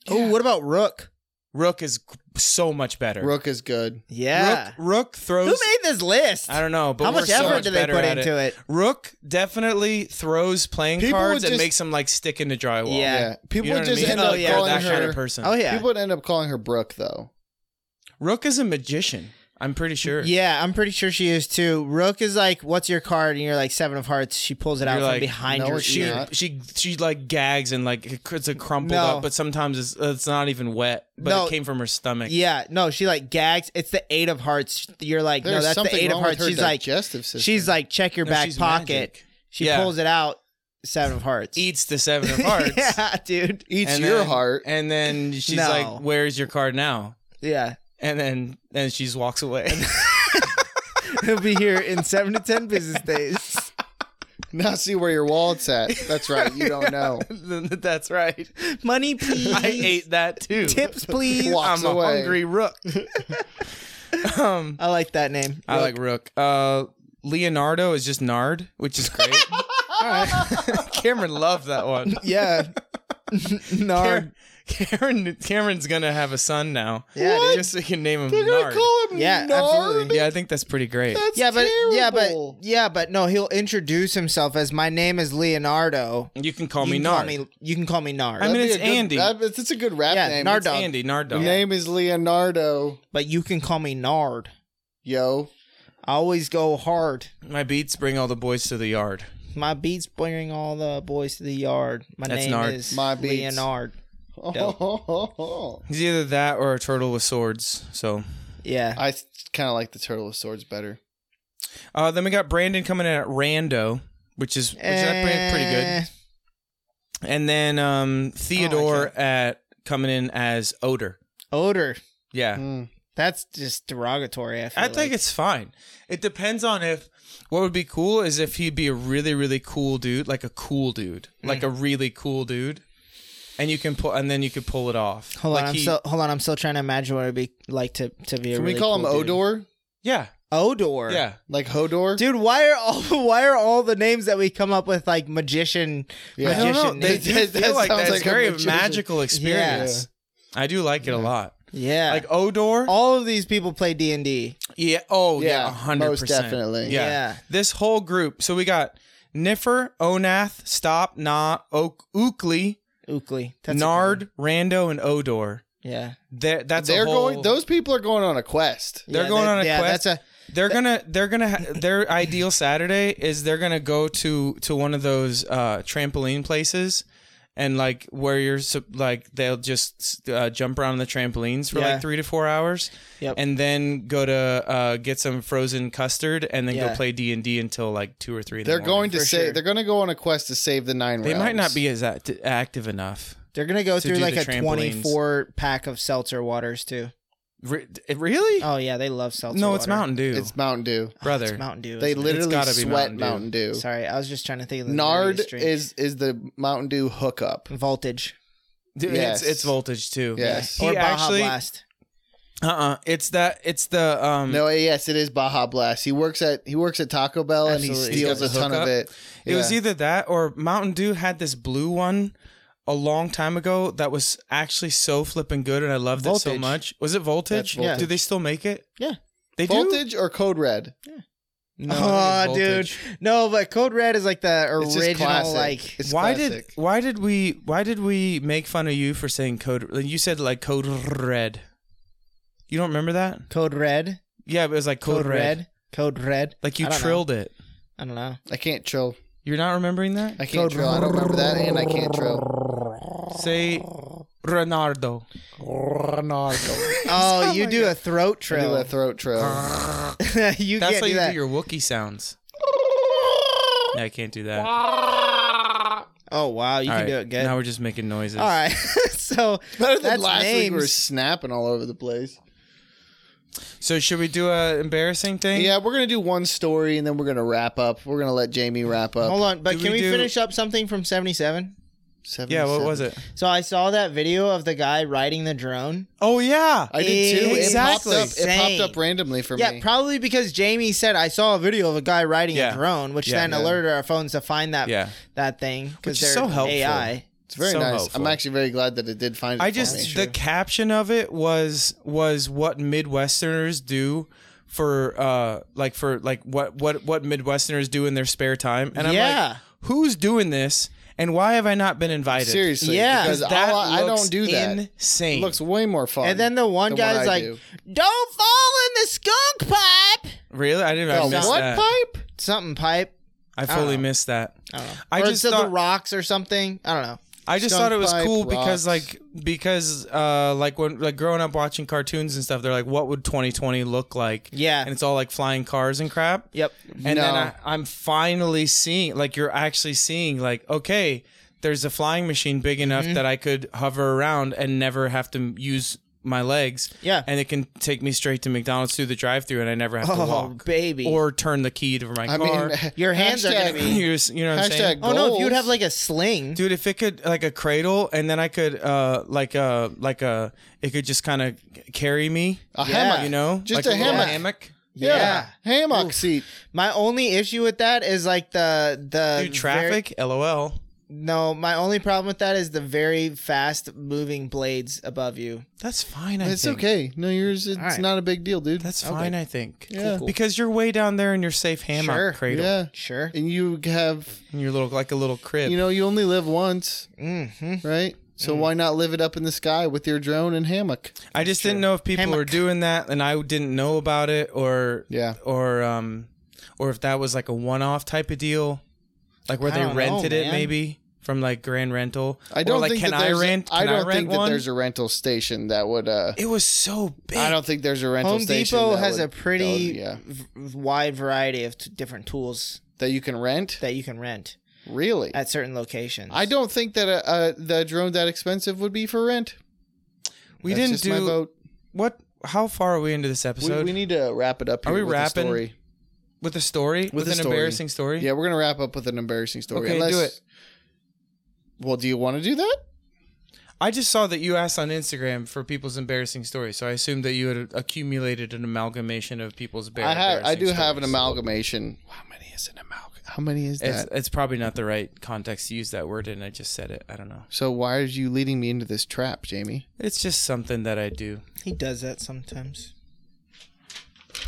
[SPEAKER 3] Oh, what about Rook?
[SPEAKER 1] Rook is g- so much better.
[SPEAKER 2] Rook is good.
[SPEAKER 3] Yeah.
[SPEAKER 1] Rook, Rook throws.
[SPEAKER 3] Who made this list?
[SPEAKER 1] I don't know, but
[SPEAKER 3] How
[SPEAKER 1] we're
[SPEAKER 3] much
[SPEAKER 1] so
[SPEAKER 3] effort
[SPEAKER 1] much
[SPEAKER 3] did they
[SPEAKER 1] better
[SPEAKER 3] put
[SPEAKER 1] at
[SPEAKER 3] into it?
[SPEAKER 1] Rook definitely throws playing
[SPEAKER 2] People
[SPEAKER 1] cards
[SPEAKER 2] would
[SPEAKER 1] and
[SPEAKER 2] just-
[SPEAKER 1] makes them like stick in the drywall.
[SPEAKER 3] Yeah.
[SPEAKER 2] Yeah. People
[SPEAKER 1] You know what I
[SPEAKER 2] just
[SPEAKER 1] mean?
[SPEAKER 2] end
[SPEAKER 3] Oh,
[SPEAKER 2] up
[SPEAKER 3] yeah,
[SPEAKER 2] calling
[SPEAKER 1] that
[SPEAKER 2] her.
[SPEAKER 1] kind of person.
[SPEAKER 3] Oh yeah.
[SPEAKER 2] People would end up calling her Brooke though.
[SPEAKER 1] Rook is a magician. I'm pretty sure.
[SPEAKER 3] Yeah, I'm pretty sure she is too. Rook is like, "What's your card?" and you're like, seven of hearts." She pulls it out
[SPEAKER 1] You're
[SPEAKER 3] from
[SPEAKER 1] like,
[SPEAKER 3] behind
[SPEAKER 2] no,
[SPEAKER 3] your
[SPEAKER 2] it's
[SPEAKER 1] She
[SPEAKER 3] ear.
[SPEAKER 2] not. Yeah.
[SPEAKER 1] she she like gags and like it- it's a crumpled
[SPEAKER 3] No.
[SPEAKER 1] up, but sometimes it's it's not even wet, but
[SPEAKER 3] No.
[SPEAKER 1] it came from her stomach.
[SPEAKER 3] Yeah, no, she like gags. It's the eight of hearts. You're like,
[SPEAKER 2] There's
[SPEAKER 3] no, that's
[SPEAKER 2] something
[SPEAKER 3] the eight of
[SPEAKER 2] wrong with
[SPEAKER 3] hearts.
[SPEAKER 2] her
[SPEAKER 3] She's like,
[SPEAKER 2] digestive system.
[SPEAKER 3] she's like, check your
[SPEAKER 1] No,
[SPEAKER 3] back
[SPEAKER 1] she's
[SPEAKER 3] pocket.
[SPEAKER 1] magic.
[SPEAKER 3] She
[SPEAKER 1] Yeah.
[SPEAKER 3] pulls it out, seven of hearts.
[SPEAKER 1] Eats the seven of hearts.
[SPEAKER 3] yeah, dude.
[SPEAKER 2] eats
[SPEAKER 1] and
[SPEAKER 2] your
[SPEAKER 1] then-
[SPEAKER 2] heart.
[SPEAKER 1] And then she's
[SPEAKER 3] No.
[SPEAKER 1] like, "Where's your card now?"
[SPEAKER 3] Yeah,
[SPEAKER 1] And then and she just walks away.
[SPEAKER 3] He'll be here in seven to ten business days.
[SPEAKER 2] Now see where your wallet's at. That's right. You don't know.
[SPEAKER 1] That's right.
[SPEAKER 3] Money, please.
[SPEAKER 1] I ate that too.
[SPEAKER 3] Tips, please.
[SPEAKER 2] Wow.
[SPEAKER 1] I'm
[SPEAKER 2] Walks
[SPEAKER 1] a
[SPEAKER 2] away.
[SPEAKER 1] hungry rook. um,
[SPEAKER 3] I like that name.
[SPEAKER 1] I like rook. Uh, Leonardo is just Nard, which is great.
[SPEAKER 2] All right.
[SPEAKER 1] Cameron loved that one.
[SPEAKER 3] Yeah. Nard.
[SPEAKER 1] Cameron, Cameron, Cameron's gonna have a son now.
[SPEAKER 3] Yeah, dude.
[SPEAKER 1] just so you can name him
[SPEAKER 2] They're gonna
[SPEAKER 1] Nard.
[SPEAKER 2] call him
[SPEAKER 3] Yeah,
[SPEAKER 2] Nard?
[SPEAKER 3] absolutely.
[SPEAKER 1] Yeah, I think that's pretty great.
[SPEAKER 2] That's
[SPEAKER 3] Yeah, but
[SPEAKER 2] terrible.
[SPEAKER 3] yeah, but yeah, but no, he'll introduce himself as my name is Leonardo.
[SPEAKER 1] You can call
[SPEAKER 3] you
[SPEAKER 1] me
[SPEAKER 3] can
[SPEAKER 1] Nard.
[SPEAKER 3] Call me, you can call me Nard,
[SPEAKER 1] I mean,
[SPEAKER 2] That'd
[SPEAKER 1] it's
[SPEAKER 2] be a good,
[SPEAKER 1] Andy.
[SPEAKER 2] that- it's, it's a good rap
[SPEAKER 3] Yeah,
[SPEAKER 2] name.
[SPEAKER 3] Nard
[SPEAKER 1] It's
[SPEAKER 3] Dog.
[SPEAKER 1] Andy Nard
[SPEAKER 2] Your
[SPEAKER 1] Dog.
[SPEAKER 2] name is Leonardo.
[SPEAKER 3] but you can call me Nard.
[SPEAKER 2] Yo,
[SPEAKER 3] I always go hard.
[SPEAKER 1] My beats bring all the boys to the yard.
[SPEAKER 3] My beats bringing all the boys to the yard. My
[SPEAKER 1] That's
[SPEAKER 3] name
[SPEAKER 1] Nard.
[SPEAKER 3] is
[SPEAKER 2] My beats.
[SPEAKER 3] Leonard.
[SPEAKER 1] He's either that or a turtle with swords. So
[SPEAKER 3] Yeah.
[SPEAKER 2] I kind of like the Turtle of Swords better.
[SPEAKER 1] uh, then we got Brandon coming in at Rando, which is which is pretty- pretty good.
[SPEAKER 3] Eh,
[SPEAKER 1] And then um, Theodore at coming in as Odor.
[SPEAKER 3] Odor.
[SPEAKER 1] Yeah.
[SPEAKER 2] Hmm.
[SPEAKER 3] That's just derogatory. I, feel
[SPEAKER 1] I think
[SPEAKER 3] like.
[SPEAKER 1] it's fine. It depends on if what would be cool is if he'd be a really, really cool dude, like a cool dude, like a really cool dude, and you can pull, and then you could pull it off.
[SPEAKER 3] Hold
[SPEAKER 1] like
[SPEAKER 3] on,
[SPEAKER 1] he-
[SPEAKER 3] I'm still hold on. I'm still trying to imagine what it'd be like to to be. a
[SPEAKER 2] Can we
[SPEAKER 3] really
[SPEAKER 2] call
[SPEAKER 3] cool
[SPEAKER 2] him
[SPEAKER 3] dude.
[SPEAKER 2] Odor?
[SPEAKER 1] yeah,
[SPEAKER 3] Odor.
[SPEAKER 1] yeah.
[SPEAKER 2] Like Hodor?
[SPEAKER 3] Dude, why are all why are all the names that we come up with like magician?
[SPEAKER 2] Yeah.
[SPEAKER 1] I don't know.
[SPEAKER 3] magician
[SPEAKER 1] They
[SPEAKER 3] names?
[SPEAKER 1] do
[SPEAKER 2] That
[SPEAKER 1] feel like
[SPEAKER 2] sounds
[SPEAKER 1] that's
[SPEAKER 2] like a
[SPEAKER 1] very
[SPEAKER 2] magician.
[SPEAKER 1] magical experience. I do like it a lot.
[SPEAKER 3] Yeah,
[SPEAKER 1] Like Odor.
[SPEAKER 3] all of these people play D and D.
[SPEAKER 1] yeah. Oh yeah.
[SPEAKER 2] Yeah,
[SPEAKER 1] hundred
[SPEAKER 2] most
[SPEAKER 1] percent.
[SPEAKER 2] definitely.
[SPEAKER 1] Yeah.
[SPEAKER 3] Yeah.
[SPEAKER 1] This whole group. So we got Niffer, Onath, Stop, Na, Oak, Ookley,
[SPEAKER 3] Oakley, a good
[SPEAKER 1] Nard, Rando, and Odor.
[SPEAKER 3] one. Yeah,
[SPEAKER 1] They're, that's a
[SPEAKER 2] they're
[SPEAKER 1] whole-
[SPEAKER 2] going. Those people are going on a quest.
[SPEAKER 1] They're
[SPEAKER 3] Yeah,
[SPEAKER 1] going
[SPEAKER 3] that-
[SPEAKER 1] on a
[SPEAKER 3] yeah,
[SPEAKER 1] quest.
[SPEAKER 3] That's a
[SPEAKER 1] They're gonna they're gonna ha- their ideal Saturday is they're gonna go to to one of those uh, trampoline places, and like where you're sup- like they'll just uh, jump around on the trampolines for
[SPEAKER 3] Yeah.
[SPEAKER 1] like three to four hours,
[SPEAKER 3] Yep.
[SPEAKER 1] and then go to uh, get some frozen custard and then
[SPEAKER 3] Yeah.
[SPEAKER 1] go play D and D until like two or three. In
[SPEAKER 2] They're
[SPEAKER 1] the
[SPEAKER 2] going
[SPEAKER 1] morning.
[SPEAKER 2] to
[SPEAKER 3] for
[SPEAKER 2] say
[SPEAKER 3] sure.
[SPEAKER 2] they're going to go on a quest to save the nine.
[SPEAKER 1] They might not
[SPEAKER 2] realms.
[SPEAKER 1] be as act- active enough.
[SPEAKER 3] they're gonna go
[SPEAKER 1] To
[SPEAKER 3] through
[SPEAKER 1] do
[SPEAKER 3] like
[SPEAKER 1] the
[SPEAKER 3] a
[SPEAKER 1] trampolines.
[SPEAKER 3] twenty four pack of seltzer waters too.
[SPEAKER 1] Re- really?
[SPEAKER 3] Oh yeah, they love seltzer.
[SPEAKER 1] no, it's
[SPEAKER 3] water.
[SPEAKER 1] Mountain Dew,
[SPEAKER 2] It's Mountain Dew.
[SPEAKER 1] brother.
[SPEAKER 3] It's Mountain Dew.
[SPEAKER 2] They
[SPEAKER 3] isn't it?
[SPEAKER 2] literally
[SPEAKER 1] gotta be
[SPEAKER 2] sweat Mountain
[SPEAKER 1] Mountain
[SPEAKER 2] Dew.
[SPEAKER 1] Dew.
[SPEAKER 3] Sorry, I was just trying to think of the
[SPEAKER 2] Nard
[SPEAKER 3] nerdiest drink.
[SPEAKER 2] is is the Mountain Dew hookup.
[SPEAKER 3] voltage.
[SPEAKER 1] Dude,
[SPEAKER 2] Yes.
[SPEAKER 1] It's it's voltage too.
[SPEAKER 2] Yes.
[SPEAKER 1] He
[SPEAKER 3] or Baja
[SPEAKER 1] actually-
[SPEAKER 3] Blast.
[SPEAKER 1] Uh uh It's that. It's the um.
[SPEAKER 2] No, eh, yes, it is Baja Blast. He works at he works at Taco Bell and
[SPEAKER 3] Absolutely.
[SPEAKER 2] he
[SPEAKER 3] He's
[SPEAKER 2] steals
[SPEAKER 1] got
[SPEAKER 2] a
[SPEAKER 1] the
[SPEAKER 2] ton of
[SPEAKER 1] hookup.
[SPEAKER 2] it.
[SPEAKER 1] It was
[SPEAKER 2] Yeah.
[SPEAKER 1] either that or Mountain Dew had this blue one a long time ago that was actually so flipping good and I loved it so
[SPEAKER 2] Voltage.
[SPEAKER 1] much. Was it Voltage?
[SPEAKER 2] That's Voltage.
[SPEAKER 1] Do they still make it?
[SPEAKER 3] Yeah.
[SPEAKER 1] They do? Oh,
[SPEAKER 2] Voltage or Code Red?
[SPEAKER 1] No,
[SPEAKER 3] Aw,
[SPEAKER 1] it was
[SPEAKER 3] dude.
[SPEAKER 1] Voltage.
[SPEAKER 3] No, but Code Red is like the
[SPEAKER 2] It's just
[SPEAKER 3] original
[SPEAKER 2] classic.
[SPEAKER 3] like
[SPEAKER 2] It's
[SPEAKER 1] Why did
[SPEAKER 2] classic.
[SPEAKER 1] why did we why did we make fun of you for saying code you said like code red. You don't remember that?
[SPEAKER 3] Code Red.
[SPEAKER 1] Yeah, but it was like code, red.
[SPEAKER 3] Code Red.
[SPEAKER 1] Like you
[SPEAKER 3] I don't know.
[SPEAKER 1] trilled it.
[SPEAKER 3] I don't know.
[SPEAKER 2] I can't chill.
[SPEAKER 1] You're not remembering that?
[SPEAKER 2] I can't chill. I don't remember that, and I can't chill.
[SPEAKER 1] Say Renardo.
[SPEAKER 3] Oh, you do a throat
[SPEAKER 2] I do
[SPEAKER 3] trill.
[SPEAKER 2] a throat trill.
[SPEAKER 3] you
[SPEAKER 1] That's
[SPEAKER 3] can't
[SPEAKER 1] how
[SPEAKER 3] do
[SPEAKER 1] you
[SPEAKER 3] that.
[SPEAKER 1] do your Wookiee sounds. Yeah, I can't do that.
[SPEAKER 3] Oh wow, you
[SPEAKER 1] All
[SPEAKER 3] can
[SPEAKER 1] right,
[SPEAKER 3] do it good.
[SPEAKER 1] Now we're just making noises.
[SPEAKER 3] All right. so
[SPEAKER 2] Better than
[SPEAKER 3] That's
[SPEAKER 2] last week. We were
[SPEAKER 3] names.
[SPEAKER 2] snapping all over the place.
[SPEAKER 1] So should we do a embarrassing thing?
[SPEAKER 2] Yeah, we're gonna do one story, and then we're gonna wrap up. We're gonna let Jamie wrap up.
[SPEAKER 3] hold on, but
[SPEAKER 1] Do
[SPEAKER 3] can
[SPEAKER 1] we
[SPEAKER 3] we,
[SPEAKER 1] do-
[SPEAKER 3] finish up something from 77?
[SPEAKER 1] Yeah. What was it?
[SPEAKER 3] So I saw that video of the guy riding the drone.
[SPEAKER 1] Oh yeah.
[SPEAKER 2] I did too.
[SPEAKER 1] Exactly.
[SPEAKER 2] It popped up. It
[SPEAKER 3] Insane.
[SPEAKER 2] popped up randomly for
[SPEAKER 3] Yeah,
[SPEAKER 2] me.
[SPEAKER 3] probably because Jamie said I saw a video of a guy riding
[SPEAKER 1] Yeah.
[SPEAKER 3] a drone, which
[SPEAKER 1] Yeah,
[SPEAKER 3] then
[SPEAKER 1] yeah.
[SPEAKER 3] alerted our phones to find that
[SPEAKER 1] Yeah.
[SPEAKER 3] that thing because
[SPEAKER 1] Which is
[SPEAKER 3] they're
[SPEAKER 1] so helpful.
[SPEAKER 3] AI.
[SPEAKER 2] it's very
[SPEAKER 1] so
[SPEAKER 2] nice.
[SPEAKER 1] helpful.
[SPEAKER 2] I'm actually very glad that it did find. It
[SPEAKER 1] I
[SPEAKER 2] for
[SPEAKER 1] just
[SPEAKER 2] me.
[SPEAKER 1] the caption of it was was what Midwesterners do for uh like for like what what what Midwesterners do in their spare time, and I'm
[SPEAKER 3] Yeah.
[SPEAKER 1] like, who's doing this, and why have I not been invited?
[SPEAKER 2] seriously.
[SPEAKER 3] Yeah.
[SPEAKER 2] because
[SPEAKER 1] That
[SPEAKER 2] all I, I don't
[SPEAKER 1] looks
[SPEAKER 2] do that.
[SPEAKER 1] Insane.
[SPEAKER 2] It looks way more fun.
[SPEAKER 3] And then the one
[SPEAKER 2] than what
[SPEAKER 3] guy's
[SPEAKER 2] I
[SPEAKER 3] like,
[SPEAKER 2] do.
[SPEAKER 3] "Don't fall in the skunk pipe."
[SPEAKER 1] really. I didn't. I
[SPEAKER 2] Oh,
[SPEAKER 1] missed
[SPEAKER 2] what
[SPEAKER 1] that.
[SPEAKER 2] pipe?
[SPEAKER 3] Something pipe.
[SPEAKER 1] I fully
[SPEAKER 3] know.
[SPEAKER 1] missed that.
[SPEAKER 3] I don't know.
[SPEAKER 1] I
[SPEAKER 3] or
[SPEAKER 1] just
[SPEAKER 3] to the
[SPEAKER 1] thought-
[SPEAKER 3] rocks or something. I don't know.
[SPEAKER 1] I just
[SPEAKER 2] Skunk
[SPEAKER 1] thought it was
[SPEAKER 2] pipe,
[SPEAKER 1] cool because
[SPEAKER 2] rocks.
[SPEAKER 1] like because uh like when like growing up watching cartoons and stuff, they're like, what would 2020 look like?
[SPEAKER 3] Yeah.
[SPEAKER 1] and it's all like flying cars and crap.
[SPEAKER 3] Yep.
[SPEAKER 1] And then
[SPEAKER 2] No.
[SPEAKER 1] I, I'm finally seeing like you're actually seeing like okay, there's a flying machine big enough that I could hover around and never have to use my legs.
[SPEAKER 3] Yeah.
[SPEAKER 1] And it can take me straight to McDonald's through the drive-through, and I never have to
[SPEAKER 3] Oh,
[SPEAKER 1] walk
[SPEAKER 3] baby.
[SPEAKER 1] or turn the key to my
[SPEAKER 2] I
[SPEAKER 1] car.
[SPEAKER 2] mean,
[SPEAKER 3] Your hands are gonna
[SPEAKER 2] hashtag-
[SPEAKER 3] be-
[SPEAKER 1] you, just- you know what I'm saying?
[SPEAKER 2] Hashtag
[SPEAKER 3] oh no, if you'd
[SPEAKER 2] goals.
[SPEAKER 3] have like a sling.
[SPEAKER 1] dude if it could like a cradle and then i could uh like uh like uh it could just kind of carry me
[SPEAKER 2] a
[SPEAKER 3] Yeah.
[SPEAKER 2] hammock,
[SPEAKER 1] you know
[SPEAKER 2] just
[SPEAKER 1] like
[SPEAKER 2] a
[SPEAKER 1] little
[SPEAKER 2] hammock.
[SPEAKER 1] hammock
[SPEAKER 2] Yeah,
[SPEAKER 3] Yeah.
[SPEAKER 2] hammock seat.
[SPEAKER 3] My only issue with that is like the the
[SPEAKER 1] dude traffic lol
[SPEAKER 3] very- no, my only problem with that is the very fast moving blades above you.
[SPEAKER 1] that's fine I
[SPEAKER 2] It's
[SPEAKER 1] think.
[SPEAKER 2] okay. No, yours. It's
[SPEAKER 3] Alright.
[SPEAKER 2] not a big deal, dude.
[SPEAKER 1] that's fine i think
[SPEAKER 2] Yeah. cool.
[SPEAKER 1] because you're way down there in your safe hammock
[SPEAKER 3] Sure.
[SPEAKER 1] cradle
[SPEAKER 2] yeah.
[SPEAKER 3] Sure.
[SPEAKER 2] And you have,
[SPEAKER 1] in your little like a little crib
[SPEAKER 2] you know, you only live once,
[SPEAKER 3] Mm-hmm.
[SPEAKER 2] right? So why not live it up in the sky with your drone and hammock?
[SPEAKER 1] i just didn't know if people were
[SPEAKER 3] Hammock.
[SPEAKER 1] doing that and i didn't know about it or
[SPEAKER 2] Yeah.
[SPEAKER 1] or um or if that was like a one-off type of deal like where
[SPEAKER 3] I
[SPEAKER 1] they
[SPEAKER 3] don't know,
[SPEAKER 1] rented it
[SPEAKER 3] man.
[SPEAKER 1] maybe from like grand rental
[SPEAKER 2] I don't
[SPEAKER 1] or like
[SPEAKER 2] think
[SPEAKER 1] can
[SPEAKER 2] that
[SPEAKER 1] i
[SPEAKER 2] there's
[SPEAKER 1] rent
[SPEAKER 2] A, I
[SPEAKER 1] can
[SPEAKER 2] don't
[SPEAKER 1] rent
[SPEAKER 2] think
[SPEAKER 1] one?
[SPEAKER 2] that there's a rental station that would. uh
[SPEAKER 1] It was so big.
[SPEAKER 2] I don't think there's a rental
[SPEAKER 3] Home
[SPEAKER 2] station.
[SPEAKER 3] Depot
[SPEAKER 2] that
[SPEAKER 3] has
[SPEAKER 2] would-
[SPEAKER 3] a pretty
[SPEAKER 2] that would- yeah
[SPEAKER 3] v- wide variety of t- different tools
[SPEAKER 2] that you can rent.
[SPEAKER 3] that you can rent
[SPEAKER 2] Really,
[SPEAKER 3] at certain locations.
[SPEAKER 2] I don't think that a, a the drone that expensive would be for rent.
[SPEAKER 1] we
[SPEAKER 2] That's
[SPEAKER 1] didn't
[SPEAKER 2] just
[SPEAKER 1] do
[SPEAKER 2] my vote.
[SPEAKER 1] what. How far are we into this
[SPEAKER 2] We,
[SPEAKER 1] episode
[SPEAKER 2] we need to wrap it up.
[SPEAKER 1] Are
[SPEAKER 2] Here
[SPEAKER 1] we
[SPEAKER 2] with a
[SPEAKER 1] wrapping?
[SPEAKER 2] story.
[SPEAKER 1] with a story? With,
[SPEAKER 2] a
[SPEAKER 1] an
[SPEAKER 2] story.
[SPEAKER 1] embarrassing story?
[SPEAKER 2] Yeah, we're gonna wrap up with an embarrassing story.
[SPEAKER 1] Okay,
[SPEAKER 2] Unless,
[SPEAKER 1] do it.
[SPEAKER 2] Well, do you want to do that?
[SPEAKER 1] I just saw that you asked on Instagram for people's embarrassing stories, so I assumed that you had accumulated an amalgamation of people's. embar-
[SPEAKER 2] I have. I
[SPEAKER 1] embarrassing
[SPEAKER 2] do have an
[SPEAKER 1] stories.
[SPEAKER 2] amalgamation. How many is an amalgam? How many is that?
[SPEAKER 1] It's, it's probably not the right context to use that word in. I just said it. I don't know.
[SPEAKER 2] so why are you leading me into this trap, Jamie?
[SPEAKER 1] It's just something that I do.
[SPEAKER 3] He does that sometimes.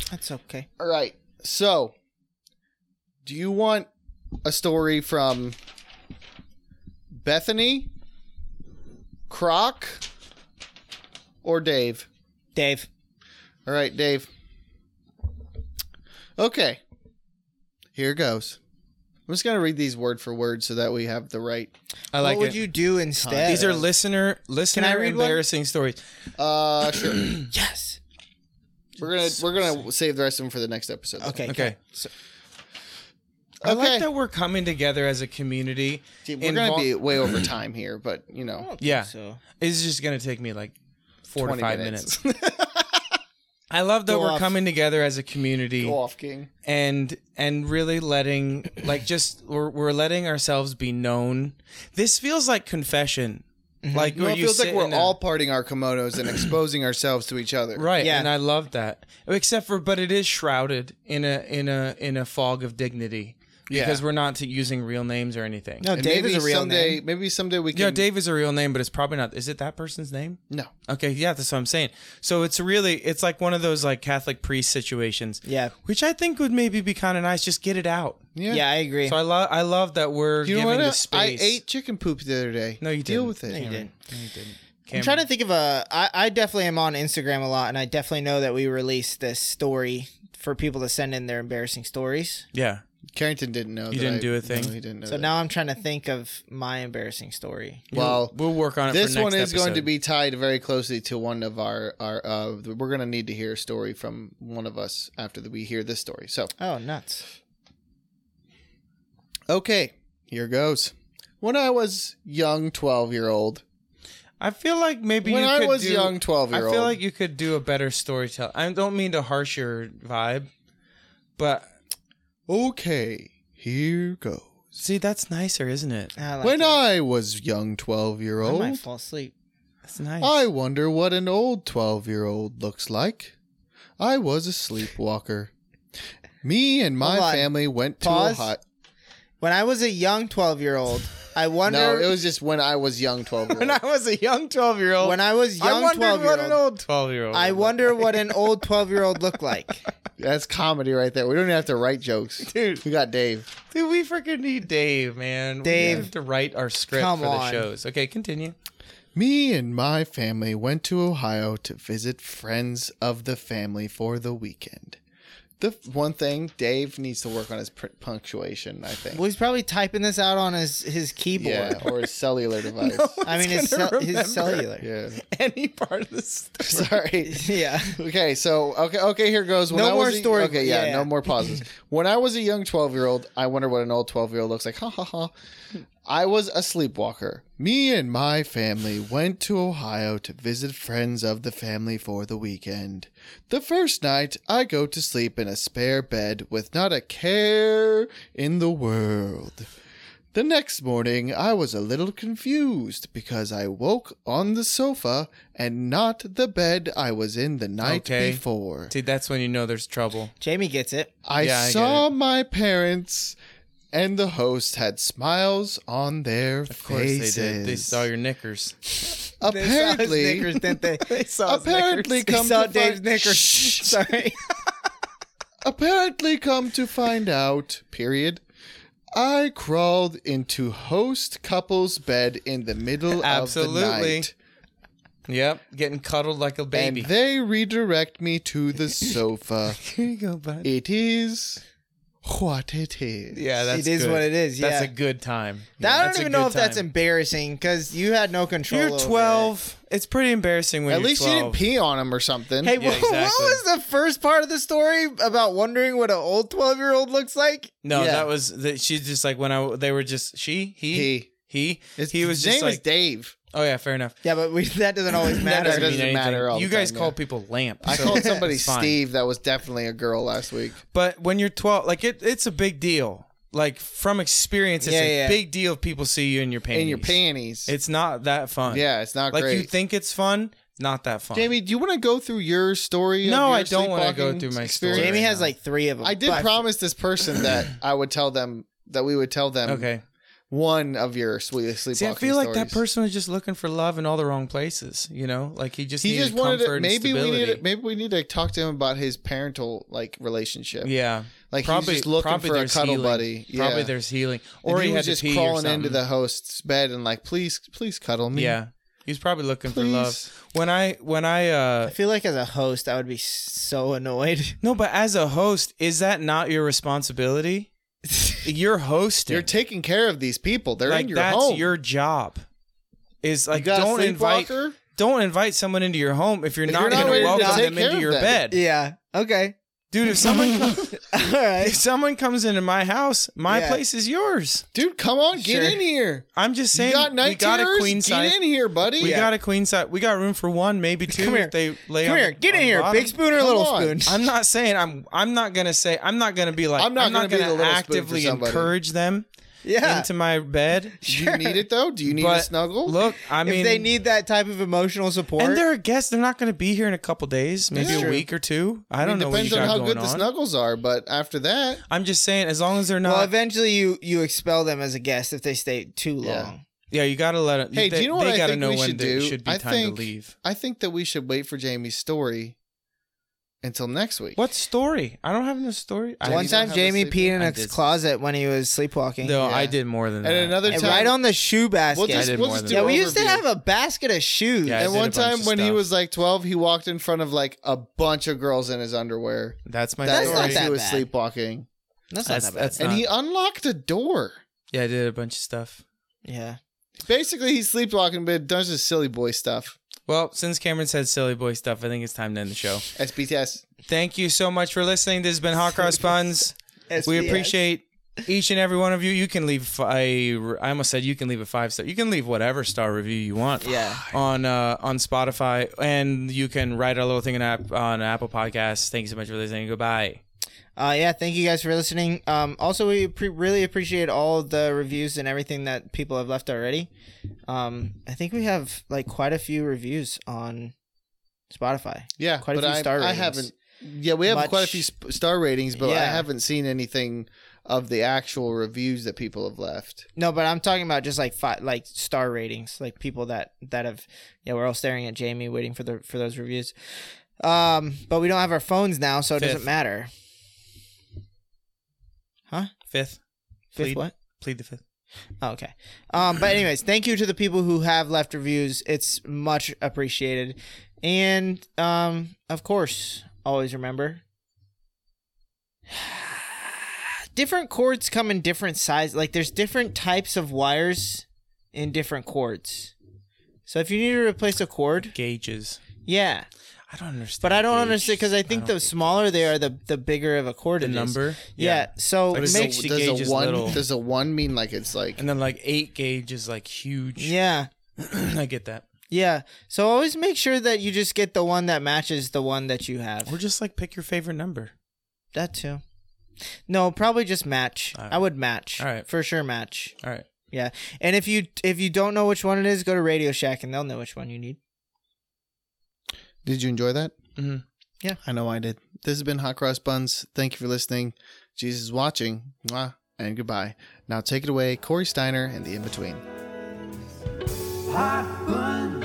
[SPEAKER 3] That's okay.
[SPEAKER 2] All right. So, do you want a story from Bethany, Croc, or Dave?
[SPEAKER 3] Dave.
[SPEAKER 2] All right, Dave. Okay. Here goes. I'm just going to read these word for word so that we have the right.
[SPEAKER 1] I like
[SPEAKER 3] what would
[SPEAKER 1] it.
[SPEAKER 3] you do instead?
[SPEAKER 1] These are listener listener
[SPEAKER 3] read one?
[SPEAKER 1] embarrassing stories.
[SPEAKER 2] Uh sure.
[SPEAKER 3] yes.
[SPEAKER 2] We're going to we're going to save the rest of them for the next episode.
[SPEAKER 3] Okay.
[SPEAKER 1] Okay. I
[SPEAKER 2] Okay.
[SPEAKER 1] like that we're coming together as a community.
[SPEAKER 2] Dude, we're going
[SPEAKER 1] invol-
[SPEAKER 2] to be way over time here, but you know.
[SPEAKER 1] Yeah.
[SPEAKER 3] So
[SPEAKER 1] It's just gonna take me like Oh, four to
[SPEAKER 2] 20
[SPEAKER 1] five minutes.
[SPEAKER 2] minutes.
[SPEAKER 1] I love that
[SPEAKER 2] Go
[SPEAKER 1] we're
[SPEAKER 2] off.
[SPEAKER 1] coming together as a community
[SPEAKER 2] Go off, King.
[SPEAKER 1] and and really letting like just we're, we're letting ourselves be known. This feels like confession. Like
[SPEAKER 2] Mm-hmm. No,
[SPEAKER 1] where
[SPEAKER 2] it
[SPEAKER 1] you
[SPEAKER 2] feels like
[SPEAKER 1] sit
[SPEAKER 2] we're
[SPEAKER 1] in a-
[SPEAKER 2] all parting our kimonos and exposing ourselves to each other.
[SPEAKER 1] right.
[SPEAKER 3] Yeah.
[SPEAKER 1] And I love that. Except for but it is shrouded in a in a in a fog of dignity
[SPEAKER 2] Yeah.
[SPEAKER 1] because we're not t- using real names or anything.
[SPEAKER 3] no,
[SPEAKER 2] And
[SPEAKER 3] Dave
[SPEAKER 2] maybe
[SPEAKER 3] is a real
[SPEAKER 2] someday,
[SPEAKER 3] name.
[SPEAKER 2] Maybe someday we can.
[SPEAKER 1] Yeah, Dave is a real name, but it's probably not. Is it that person's name?
[SPEAKER 2] No.
[SPEAKER 1] Okay, yeah, that's what I'm saying. So it's really it's like one of those like Catholic priest situations.
[SPEAKER 3] Yeah.
[SPEAKER 1] Which I think would maybe be kind of nice. Just get it out.
[SPEAKER 2] Yeah.
[SPEAKER 3] Yeah. I agree.
[SPEAKER 1] So I love I love that we're
[SPEAKER 2] You know
[SPEAKER 1] giving
[SPEAKER 2] what?
[SPEAKER 1] the
[SPEAKER 2] I
[SPEAKER 1] space.
[SPEAKER 2] ate chicken poop the other day.
[SPEAKER 1] No, you
[SPEAKER 2] deal
[SPEAKER 1] didn't.
[SPEAKER 2] with it.
[SPEAKER 3] No, you didn't.
[SPEAKER 1] No, you didn't.
[SPEAKER 3] I'm trying to think of a. I, I definitely am on Instagram a lot, and I definitely know that we release this story for people to send in their embarrassing stories.
[SPEAKER 1] Yeah.
[SPEAKER 2] Carrington didn't know.
[SPEAKER 1] You
[SPEAKER 2] that
[SPEAKER 1] didn't
[SPEAKER 2] I-
[SPEAKER 1] do a thing?
[SPEAKER 2] No, he didn't know.
[SPEAKER 3] So
[SPEAKER 2] that.
[SPEAKER 3] now I'm trying to think of my embarrassing story.
[SPEAKER 2] well,
[SPEAKER 1] we'll work on it.
[SPEAKER 2] this
[SPEAKER 1] for next
[SPEAKER 2] one is going to
[SPEAKER 1] episode.
[SPEAKER 2] be tied very closely to one of our our. Uh, we're going to need to hear a story from one of us after that we hear this story. So
[SPEAKER 3] Oh, nuts.
[SPEAKER 2] okay, here goes. When I was young, twelve year old.
[SPEAKER 1] I feel like maybe
[SPEAKER 2] When
[SPEAKER 1] you
[SPEAKER 2] I
[SPEAKER 1] could
[SPEAKER 2] was
[SPEAKER 1] do-
[SPEAKER 2] young, twelve
[SPEAKER 1] I
[SPEAKER 2] year old.
[SPEAKER 1] feel like you could do a better storytelling. I don't mean to harsh your vibe, but
[SPEAKER 2] okay, here goes.
[SPEAKER 1] see that's nicer, isn't it?
[SPEAKER 3] I like
[SPEAKER 2] When uh,
[SPEAKER 3] that.
[SPEAKER 2] I was young, twelve year
[SPEAKER 3] I
[SPEAKER 2] old.
[SPEAKER 3] might fall asleep.
[SPEAKER 1] That's nice.
[SPEAKER 3] Oh.
[SPEAKER 2] I wonder what an old 12 year old looks like. I was a sleepwalker. Me and my
[SPEAKER 3] Hold on.
[SPEAKER 2] family went to
[SPEAKER 3] Pause.
[SPEAKER 2] a hot.
[SPEAKER 3] When I was a young 12 year old, I wonder.
[SPEAKER 2] No, it was just when I was young 12 year
[SPEAKER 1] when I
[SPEAKER 2] old.
[SPEAKER 1] was a young twelve year old,
[SPEAKER 3] when I was
[SPEAKER 1] I
[SPEAKER 3] young
[SPEAKER 1] wondered
[SPEAKER 3] 12
[SPEAKER 1] what
[SPEAKER 3] year
[SPEAKER 1] an
[SPEAKER 3] old.
[SPEAKER 1] old twelve year old.
[SPEAKER 3] I wonder what an old 12 year old looked like.
[SPEAKER 2] That's comedy right there. We don't even have to write jokes.
[SPEAKER 1] Dude.
[SPEAKER 2] We got Dave.
[SPEAKER 1] Dude, we freaking need Dave, man.
[SPEAKER 3] Dave,
[SPEAKER 1] we have to write our script
[SPEAKER 3] come
[SPEAKER 1] for the
[SPEAKER 3] on.
[SPEAKER 1] shows. Okay, continue.
[SPEAKER 2] Me and my family went to Ohio to visit friends of the family for the weekend. The f- one thing Dave needs to work on is pr- punctuation, I think.
[SPEAKER 3] Well, he's probably typing this out on his, his keyboard.
[SPEAKER 2] yeah, or his cellular device.
[SPEAKER 3] I mean, his,
[SPEAKER 1] He's
[SPEAKER 3] cell
[SPEAKER 1] gonna
[SPEAKER 3] his
[SPEAKER 1] remember
[SPEAKER 3] cellular.
[SPEAKER 2] Yeah.
[SPEAKER 1] Any part of this.
[SPEAKER 2] Sorry.
[SPEAKER 3] Yeah.
[SPEAKER 2] Okay, so okay, okay, here goes. When
[SPEAKER 3] No
[SPEAKER 2] I
[SPEAKER 3] more
[SPEAKER 2] was a-
[SPEAKER 3] story-
[SPEAKER 2] Okay, yeah,
[SPEAKER 3] yeah.
[SPEAKER 2] no more pauses. when I was a young twelve-year-old, I wonder what an old twelve-year-old looks like. Ha ha ha. I was a sleepwalker. Me and my family went to Ohio to visit friends of the family for the weekend. The first night, I go to sleep in a spare bed with not a care in the world. The next morning, I was a little confused because I woke on the sofa and not the bed I was in the night
[SPEAKER 1] Okay.
[SPEAKER 2] before.
[SPEAKER 1] See, that's when you know there's trouble.
[SPEAKER 3] Jamie gets it.
[SPEAKER 2] I
[SPEAKER 1] Yeah, I get
[SPEAKER 2] saw my parents and the host had smiles on their
[SPEAKER 1] Of course
[SPEAKER 2] faces.
[SPEAKER 1] they did. They saw your knickers.
[SPEAKER 2] apparently
[SPEAKER 3] they saw his knickers, didn't they?
[SPEAKER 1] They saw
[SPEAKER 2] apparently
[SPEAKER 3] They
[SPEAKER 2] come
[SPEAKER 3] saw
[SPEAKER 2] to
[SPEAKER 3] Dave's
[SPEAKER 2] find-
[SPEAKER 3] knickers.
[SPEAKER 2] Shh.
[SPEAKER 3] Sorry.
[SPEAKER 2] apparently come to find out period I crawled into host couple's bed in the middle of the
[SPEAKER 1] Absolutely.
[SPEAKER 2] night.
[SPEAKER 1] Yep, getting cuddled like a baby.
[SPEAKER 2] And they redirect me to the sofa.
[SPEAKER 1] Here you go, bud.
[SPEAKER 2] it is what it is.
[SPEAKER 1] Yeah, that's
[SPEAKER 3] It is
[SPEAKER 1] good.
[SPEAKER 3] what it is,
[SPEAKER 1] That's
[SPEAKER 3] yeah.
[SPEAKER 1] a good time. Yeah,
[SPEAKER 3] I
[SPEAKER 1] that's
[SPEAKER 3] don't
[SPEAKER 1] a
[SPEAKER 3] even know
[SPEAKER 1] good
[SPEAKER 3] if that's
[SPEAKER 1] time.
[SPEAKER 3] embarrassing because you had no control.
[SPEAKER 1] You're
[SPEAKER 3] over it.
[SPEAKER 1] 12. It's pretty embarrassing when
[SPEAKER 2] At
[SPEAKER 1] you're
[SPEAKER 2] least
[SPEAKER 1] 12.
[SPEAKER 2] you didn't pee on him or something.
[SPEAKER 3] Hey,
[SPEAKER 1] Yeah,
[SPEAKER 3] what,
[SPEAKER 1] exactly.
[SPEAKER 3] what was the first part of the story about wondering what an old twelve-year-old looks like?
[SPEAKER 1] No,
[SPEAKER 2] Yeah.
[SPEAKER 1] that was that. She's just like when I. They were just she, he,
[SPEAKER 2] he.
[SPEAKER 1] he.
[SPEAKER 2] His
[SPEAKER 1] he was
[SPEAKER 2] his
[SPEAKER 1] just
[SPEAKER 2] name
[SPEAKER 1] like,
[SPEAKER 2] is Dave.
[SPEAKER 1] oh yeah, fair enough.
[SPEAKER 3] Yeah, but we, that doesn't always
[SPEAKER 1] That
[SPEAKER 3] matter.
[SPEAKER 1] doesn't,
[SPEAKER 2] doesn't
[SPEAKER 1] mean
[SPEAKER 2] matter
[SPEAKER 1] anything.
[SPEAKER 2] all
[SPEAKER 1] you
[SPEAKER 2] the
[SPEAKER 1] guys
[SPEAKER 2] time,
[SPEAKER 1] call
[SPEAKER 2] yeah.
[SPEAKER 1] people lamp.
[SPEAKER 2] I
[SPEAKER 1] so
[SPEAKER 2] called somebody
[SPEAKER 1] it's fine.
[SPEAKER 2] Steve. That was definitely a girl last week.
[SPEAKER 1] But when you're 12, like it, it's a big deal. Like from experience, it's
[SPEAKER 3] Yeah,
[SPEAKER 1] a
[SPEAKER 3] yeah.
[SPEAKER 1] big deal if people see you in your panties.
[SPEAKER 2] In your panties.
[SPEAKER 1] It's not that fun.
[SPEAKER 2] yeah, it's not
[SPEAKER 1] Like
[SPEAKER 2] great.
[SPEAKER 1] you think it's fun, not that fun.
[SPEAKER 2] Jamie, do you want to go through your story? of
[SPEAKER 1] No,
[SPEAKER 2] your
[SPEAKER 1] I don't wanna go
[SPEAKER 2] sleepwalking
[SPEAKER 1] through my story.
[SPEAKER 2] experience?
[SPEAKER 3] Jamie
[SPEAKER 1] right
[SPEAKER 3] has
[SPEAKER 1] now.
[SPEAKER 3] like three of them.
[SPEAKER 2] I did
[SPEAKER 3] but-
[SPEAKER 2] promise this person that I would tell them that we would tell them
[SPEAKER 1] Okay.
[SPEAKER 2] one of your sleep sleepwalking
[SPEAKER 1] See, I feel like that
[SPEAKER 2] stories.
[SPEAKER 1] person was just looking for love in all the wrong places. You know, like he just
[SPEAKER 2] He
[SPEAKER 1] needed
[SPEAKER 2] just wanted
[SPEAKER 1] comfort
[SPEAKER 2] to, maybe
[SPEAKER 1] and
[SPEAKER 2] we
[SPEAKER 1] stability.
[SPEAKER 2] need to, maybe we need to talk to him about his parental like relationship.
[SPEAKER 1] yeah,
[SPEAKER 2] like
[SPEAKER 1] probably
[SPEAKER 2] he's just looking
[SPEAKER 1] probably
[SPEAKER 2] for a
[SPEAKER 1] there's
[SPEAKER 2] cuddle
[SPEAKER 1] healing.
[SPEAKER 2] buddy. Yeah.
[SPEAKER 1] Probably there's healing,
[SPEAKER 2] And
[SPEAKER 1] or he,
[SPEAKER 2] was
[SPEAKER 1] had
[SPEAKER 2] just
[SPEAKER 1] to pee or
[SPEAKER 2] crawling into
[SPEAKER 1] something.
[SPEAKER 2] the host's bed and like, please, please cuddle me.
[SPEAKER 1] Yeah, he was probably looking for
[SPEAKER 2] Please.
[SPEAKER 1] love. When I when I uh
[SPEAKER 3] I feel like as a host, I would be so annoyed.
[SPEAKER 1] no, but as a host, is that not your responsibility? You're hosting.
[SPEAKER 2] You're taking care of these people. They're
[SPEAKER 1] like
[SPEAKER 2] in your
[SPEAKER 1] that's
[SPEAKER 2] home.
[SPEAKER 1] your job. Is
[SPEAKER 2] You
[SPEAKER 1] like
[SPEAKER 2] got a
[SPEAKER 1] don't invite
[SPEAKER 2] sleepwalker?
[SPEAKER 1] don't invite someone into your home if you're
[SPEAKER 2] If
[SPEAKER 1] not
[SPEAKER 2] you're not
[SPEAKER 1] going
[SPEAKER 2] ready
[SPEAKER 1] to
[SPEAKER 2] to
[SPEAKER 1] welcome
[SPEAKER 2] take
[SPEAKER 1] them
[SPEAKER 2] care
[SPEAKER 1] into
[SPEAKER 2] of
[SPEAKER 1] your
[SPEAKER 2] them.
[SPEAKER 1] bed,
[SPEAKER 3] yeah. Okay.
[SPEAKER 1] dude. If someone
[SPEAKER 3] All
[SPEAKER 1] if
[SPEAKER 3] right.
[SPEAKER 1] someone comes into my house, my
[SPEAKER 3] Yeah.
[SPEAKER 1] place is yours.
[SPEAKER 2] Dude, come on, get
[SPEAKER 3] Sure.
[SPEAKER 2] in here.
[SPEAKER 1] I'm just saying.
[SPEAKER 2] you got
[SPEAKER 1] we
[SPEAKER 2] night
[SPEAKER 1] got a
[SPEAKER 2] terrors?
[SPEAKER 1] queen size.
[SPEAKER 2] Get in here, buddy.
[SPEAKER 1] We got a queen size. We got room for one, maybe two.
[SPEAKER 3] Come
[SPEAKER 1] if
[SPEAKER 3] here.
[SPEAKER 1] They lay
[SPEAKER 3] Come
[SPEAKER 1] on
[SPEAKER 3] here.
[SPEAKER 1] the-
[SPEAKER 3] Get
[SPEAKER 1] on
[SPEAKER 3] in
[SPEAKER 1] the
[SPEAKER 3] here.
[SPEAKER 1] bottom.
[SPEAKER 3] Big spoon or
[SPEAKER 2] Come
[SPEAKER 3] little
[SPEAKER 2] on.
[SPEAKER 3] spoon?
[SPEAKER 1] I'm not saying I'm. I'm not gonna say. I'm not gonna be like.
[SPEAKER 2] I'm not gonna be the little spoon for
[SPEAKER 1] actively
[SPEAKER 2] somebody.
[SPEAKER 1] encourage them
[SPEAKER 3] yeah.
[SPEAKER 1] into my bed.
[SPEAKER 2] Do you need it though? Do you need a
[SPEAKER 1] But
[SPEAKER 2] snuggle?
[SPEAKER 1] Look, I mean,
[SPEAKER 3] if they need that type of emotional support,
[SPEAKER 1] and they're a guest. They're not gonna be here in a couple days, maybe
[SPEAKER 2] That's
[SPEAKER 1] a
[SPEAKER 2] true.
[SPEAKER 1] week or two. I
[SPEAKER 2] I
[SPEAKER 1] don't
[SPEAKER 2] mean,
[SPEAKER 1] know what you
[SPEAKER 2] depends on
[SPEAKER 1] got
[SPEAKER 2] how
[SPEAKER 1] going
[SPEAKER 2] good the
[SPEAKER 1] on.
[SPEAKER 2] snuggles are, but after that,
[SPEAKER 1] I'm just saying, as long as they're not.
[SPEAKER 3] well, eventually you you expel them as a guest if they stay too
[SPEAKER 2] Yeah.
[SPEAKER 3] long.
[SPEAKER 1] yeah, you gotta let them.
[SPEAKER 2] Hey,
[SPEAKER 1] they,
[SPEAKER 2] do you know
[SPEAKER 1] they
[SPEAKER 2] what I
[SPEAKER 1] gotta
[SPEAKER 2] think
[SPEAKER 1] know
[SPEAKER 2] we
[SPEAKER 1] when
[SPEAKER 2] should
[SPEAKER 1] they
[SPEAKER 2] do?
[SPEAKER 1] should be
[SPEAKER 2] I
[SPEAKER 1] time
[SPEAKER 2] think-
[SPEAKER 1] to leave.
[SPEAKER 2] I think that we should wait for Jamie's story until next week.
[SPEAKER 1] What story? I don't have no story. I
[SPEAKER 3] One
[SPEAKER 1] didn't
[SPEAKER 3] time,
[SPEAKER 1] have a
[SPEAKER 3] Jamie
[SPEAKER 1] sleep-
[SPEAKER 3] peed in
[SPEAKER 1] I
[SPEAKER 3] a
[SPEAKER 1] did.
[SPEAKER 3] closet when he was sleepwalking.
[SPEAKER 1] No,
[SPEAKER 2] Yeah.
[SPEAKER 1] I did more than
[SPEAKER 2] And
[SPEAKER 1] that.
[SPEAKER 2] another
[SPEAKER 3] And
[SPEAKER 2] time,
[SPEAKER 3] right on the shoe basket.
[SPEAKER 2] we'll
[SPEAKER 1] I
[SPEAKER 2] just,
[SPEAKER 1] did
[SPEAKER 2] we'll
[SPEAKER 1] more
[SPEAKER 2] just
[SPEAKER 1] than that.
[SPEAKER 2] do
[SPEAKER 3] yeah,
[SPEAKER 2] an
[SPEAKER 3] we used to
[SPEAKER 2] overview.
[SPEAKER 3] have a basket of shoes.
[SPEAKER 1] Yeah, I
[SPEAKER 2] And
[SPEAKER 1] did a
[SPEAKER 2] one
[SPEAKER 1] bunch of
[SPEAKER 2] time when he
[SPEAKER 1] stuff.
[SPEAKER 2] was like 12, he walked in front of like a bunch of girls in his underwear.
[SPEAKER 1] That's my
[SPEAKER 2] That
[SPEAKER 3] That's
[SPEAKER 1] story.
[SPEAKER 3] not
[SPEAKER 2] night he
[SPEAKER 3] that
[SPEAKER 2] was
[SPEAKER 3] bad.
[SPEAKER 2] sleepwalking.
[SPEAKER 3] that's not
[SPEAKER 1] That's-
[SPEAKER 3] that bad.
[SPEAKER 1] that's- It's
[SPEAKER 2] and
[SPEAKER 1] not-
[SPEAKER 2] he unlocked a door.
[SPEAKER 1] Yeah, I did a bunch of stuff.
[SPEAKER 3] yeah.
[SPEAKER 2] Basically, he's sleepwalking, but it does his silly boy stuff.
[SPEAKER 1] Well, since Cameron said silly boy stuff, I think it's time to end the show.
[SPEAKER 2] SBTS.
[SPEAKER 1] Thank you so much for listening. This has been Hot Cross Buns. We
[SPEAKER 3] SPS.
[SPEAKER 1] appreciate each and every one of you. You can leave a, I almost said you can leave a five star. You can leave whatever star review you want.
[SPEAKER 3] Yeah.
[SPEAKER 1] On uh, on Spotify, and you can write a little thing on, app, on Apple Podcasts. Thank you so much for listening. Goodbye.
[SPEAKER 3] Uh, yeah, thank you guys for listening. Um, also, we pre- really appreciate all the reviews and everything that people have left already. Um, I think we have like quite a few reviews on Spotify.
[SPEAKER 2] Yeah,
[SPEAKER 3] Quite a
[SPEAKER 2] but
[SPEAKER 3] few
[SPEAKER 2] I,
[SPEAKER 3] star
[SPEAKER 2] I
[SPEAKER 3] ratings.
[SPEAKER 2] haven't. Yeah, we have
[SPEAKER 3] Much-
[SPEAKER 2] quite a few sp- star ratings, but I
[SPEAKER 3] Yeah.
[SPEAKER 2] haven't seen anything of the actual reviews that people have left.
[SPEAKER 3] No, but I'm talking about just like fi- like star ratings, like people that that have. Yeah, we're all staring at Jamie, waiting for the for those reviews. Um, but we don't have our phones now, so it does
[SPEAKER 1] Fifth.
[SPEAKER 3] doesn't matter.
[SPEAKER 1] Fifth,
[SPEAKER 3] Fifth
[SPEAKER 1] Plead.
[SPEAKER 3] what?
[SPEAKER 1] plead the fifth.
[SPEAKER 3] Oh, okay. Um, but anyways, thank you to the people who have left reviews. It's much appreciated. And um, of course, always remember different cords come in different sizes. Like there's different types of wires in different cords. So if you need to replace a cord,
[SPEAKER 1] Gauges.
[SPEAKER 3] yeah.
[SPEAKER 1] I don't understand.
[SPEAKER 3] But I don't
[SPEAKER 1] the
[SPEAKER 3] understand
[SPEAKER 1] age.
[SPEAKER 3] because I think the smaller they are, the the bigger of a chord
[SPEAKER 1] the
[SPEAKER 3] it is.
[SPEAKER 1] number.
[SPEAKER 3] Yeah. So
[SPEAKER 1] Like
[SPEAKER 3] it
[SPEAKER 1] it's
[SPEAKER 3] makes
[SPEAKER 1] the-
[SPEAKER 2] does
[SPEAKER 1] gauge
[SPEAKER 2] a
[SPEAKER 1] is
[SPEAKER 2] one
[SPEAKER 1] little.
[SPEAKER 2] does a one mean like it's like
[SPEAKER 1] and then like eight gauge is like huge.
[SPEAKER 3] yeah.
[SPEAKER 1] I get that.
[SPEAKER 3] Yeah. So always make sure that you just get the one that matches the one that you have.
[SPEAKER 1] Or just like pick your favorite number.
[SPEAKER 3] That too. No, probably just match.
[SPEAKER 1] All right.
[SPEAKER 3] I would match.
[SPEAKER 1] All right.
[SPEAKER 3] For sure match.
[SPEAKER 1] All right.
[SPEAKER 3] Yeah. And if you if you don't know which one it is, go to Radio Shack and they'll know which one you need.
[SPEAKER 2] Did you enjoy that?
[SPEAKER 1] Mm-hmm.
[SPEAKER 2] I know I did. This has been Hot Cross Buns. Thank you for listening. Jesus is watching. Mwah. And goodbye. Now take it away, Corey Steiner and the in between.
[SPEAKER 4] Hot bun.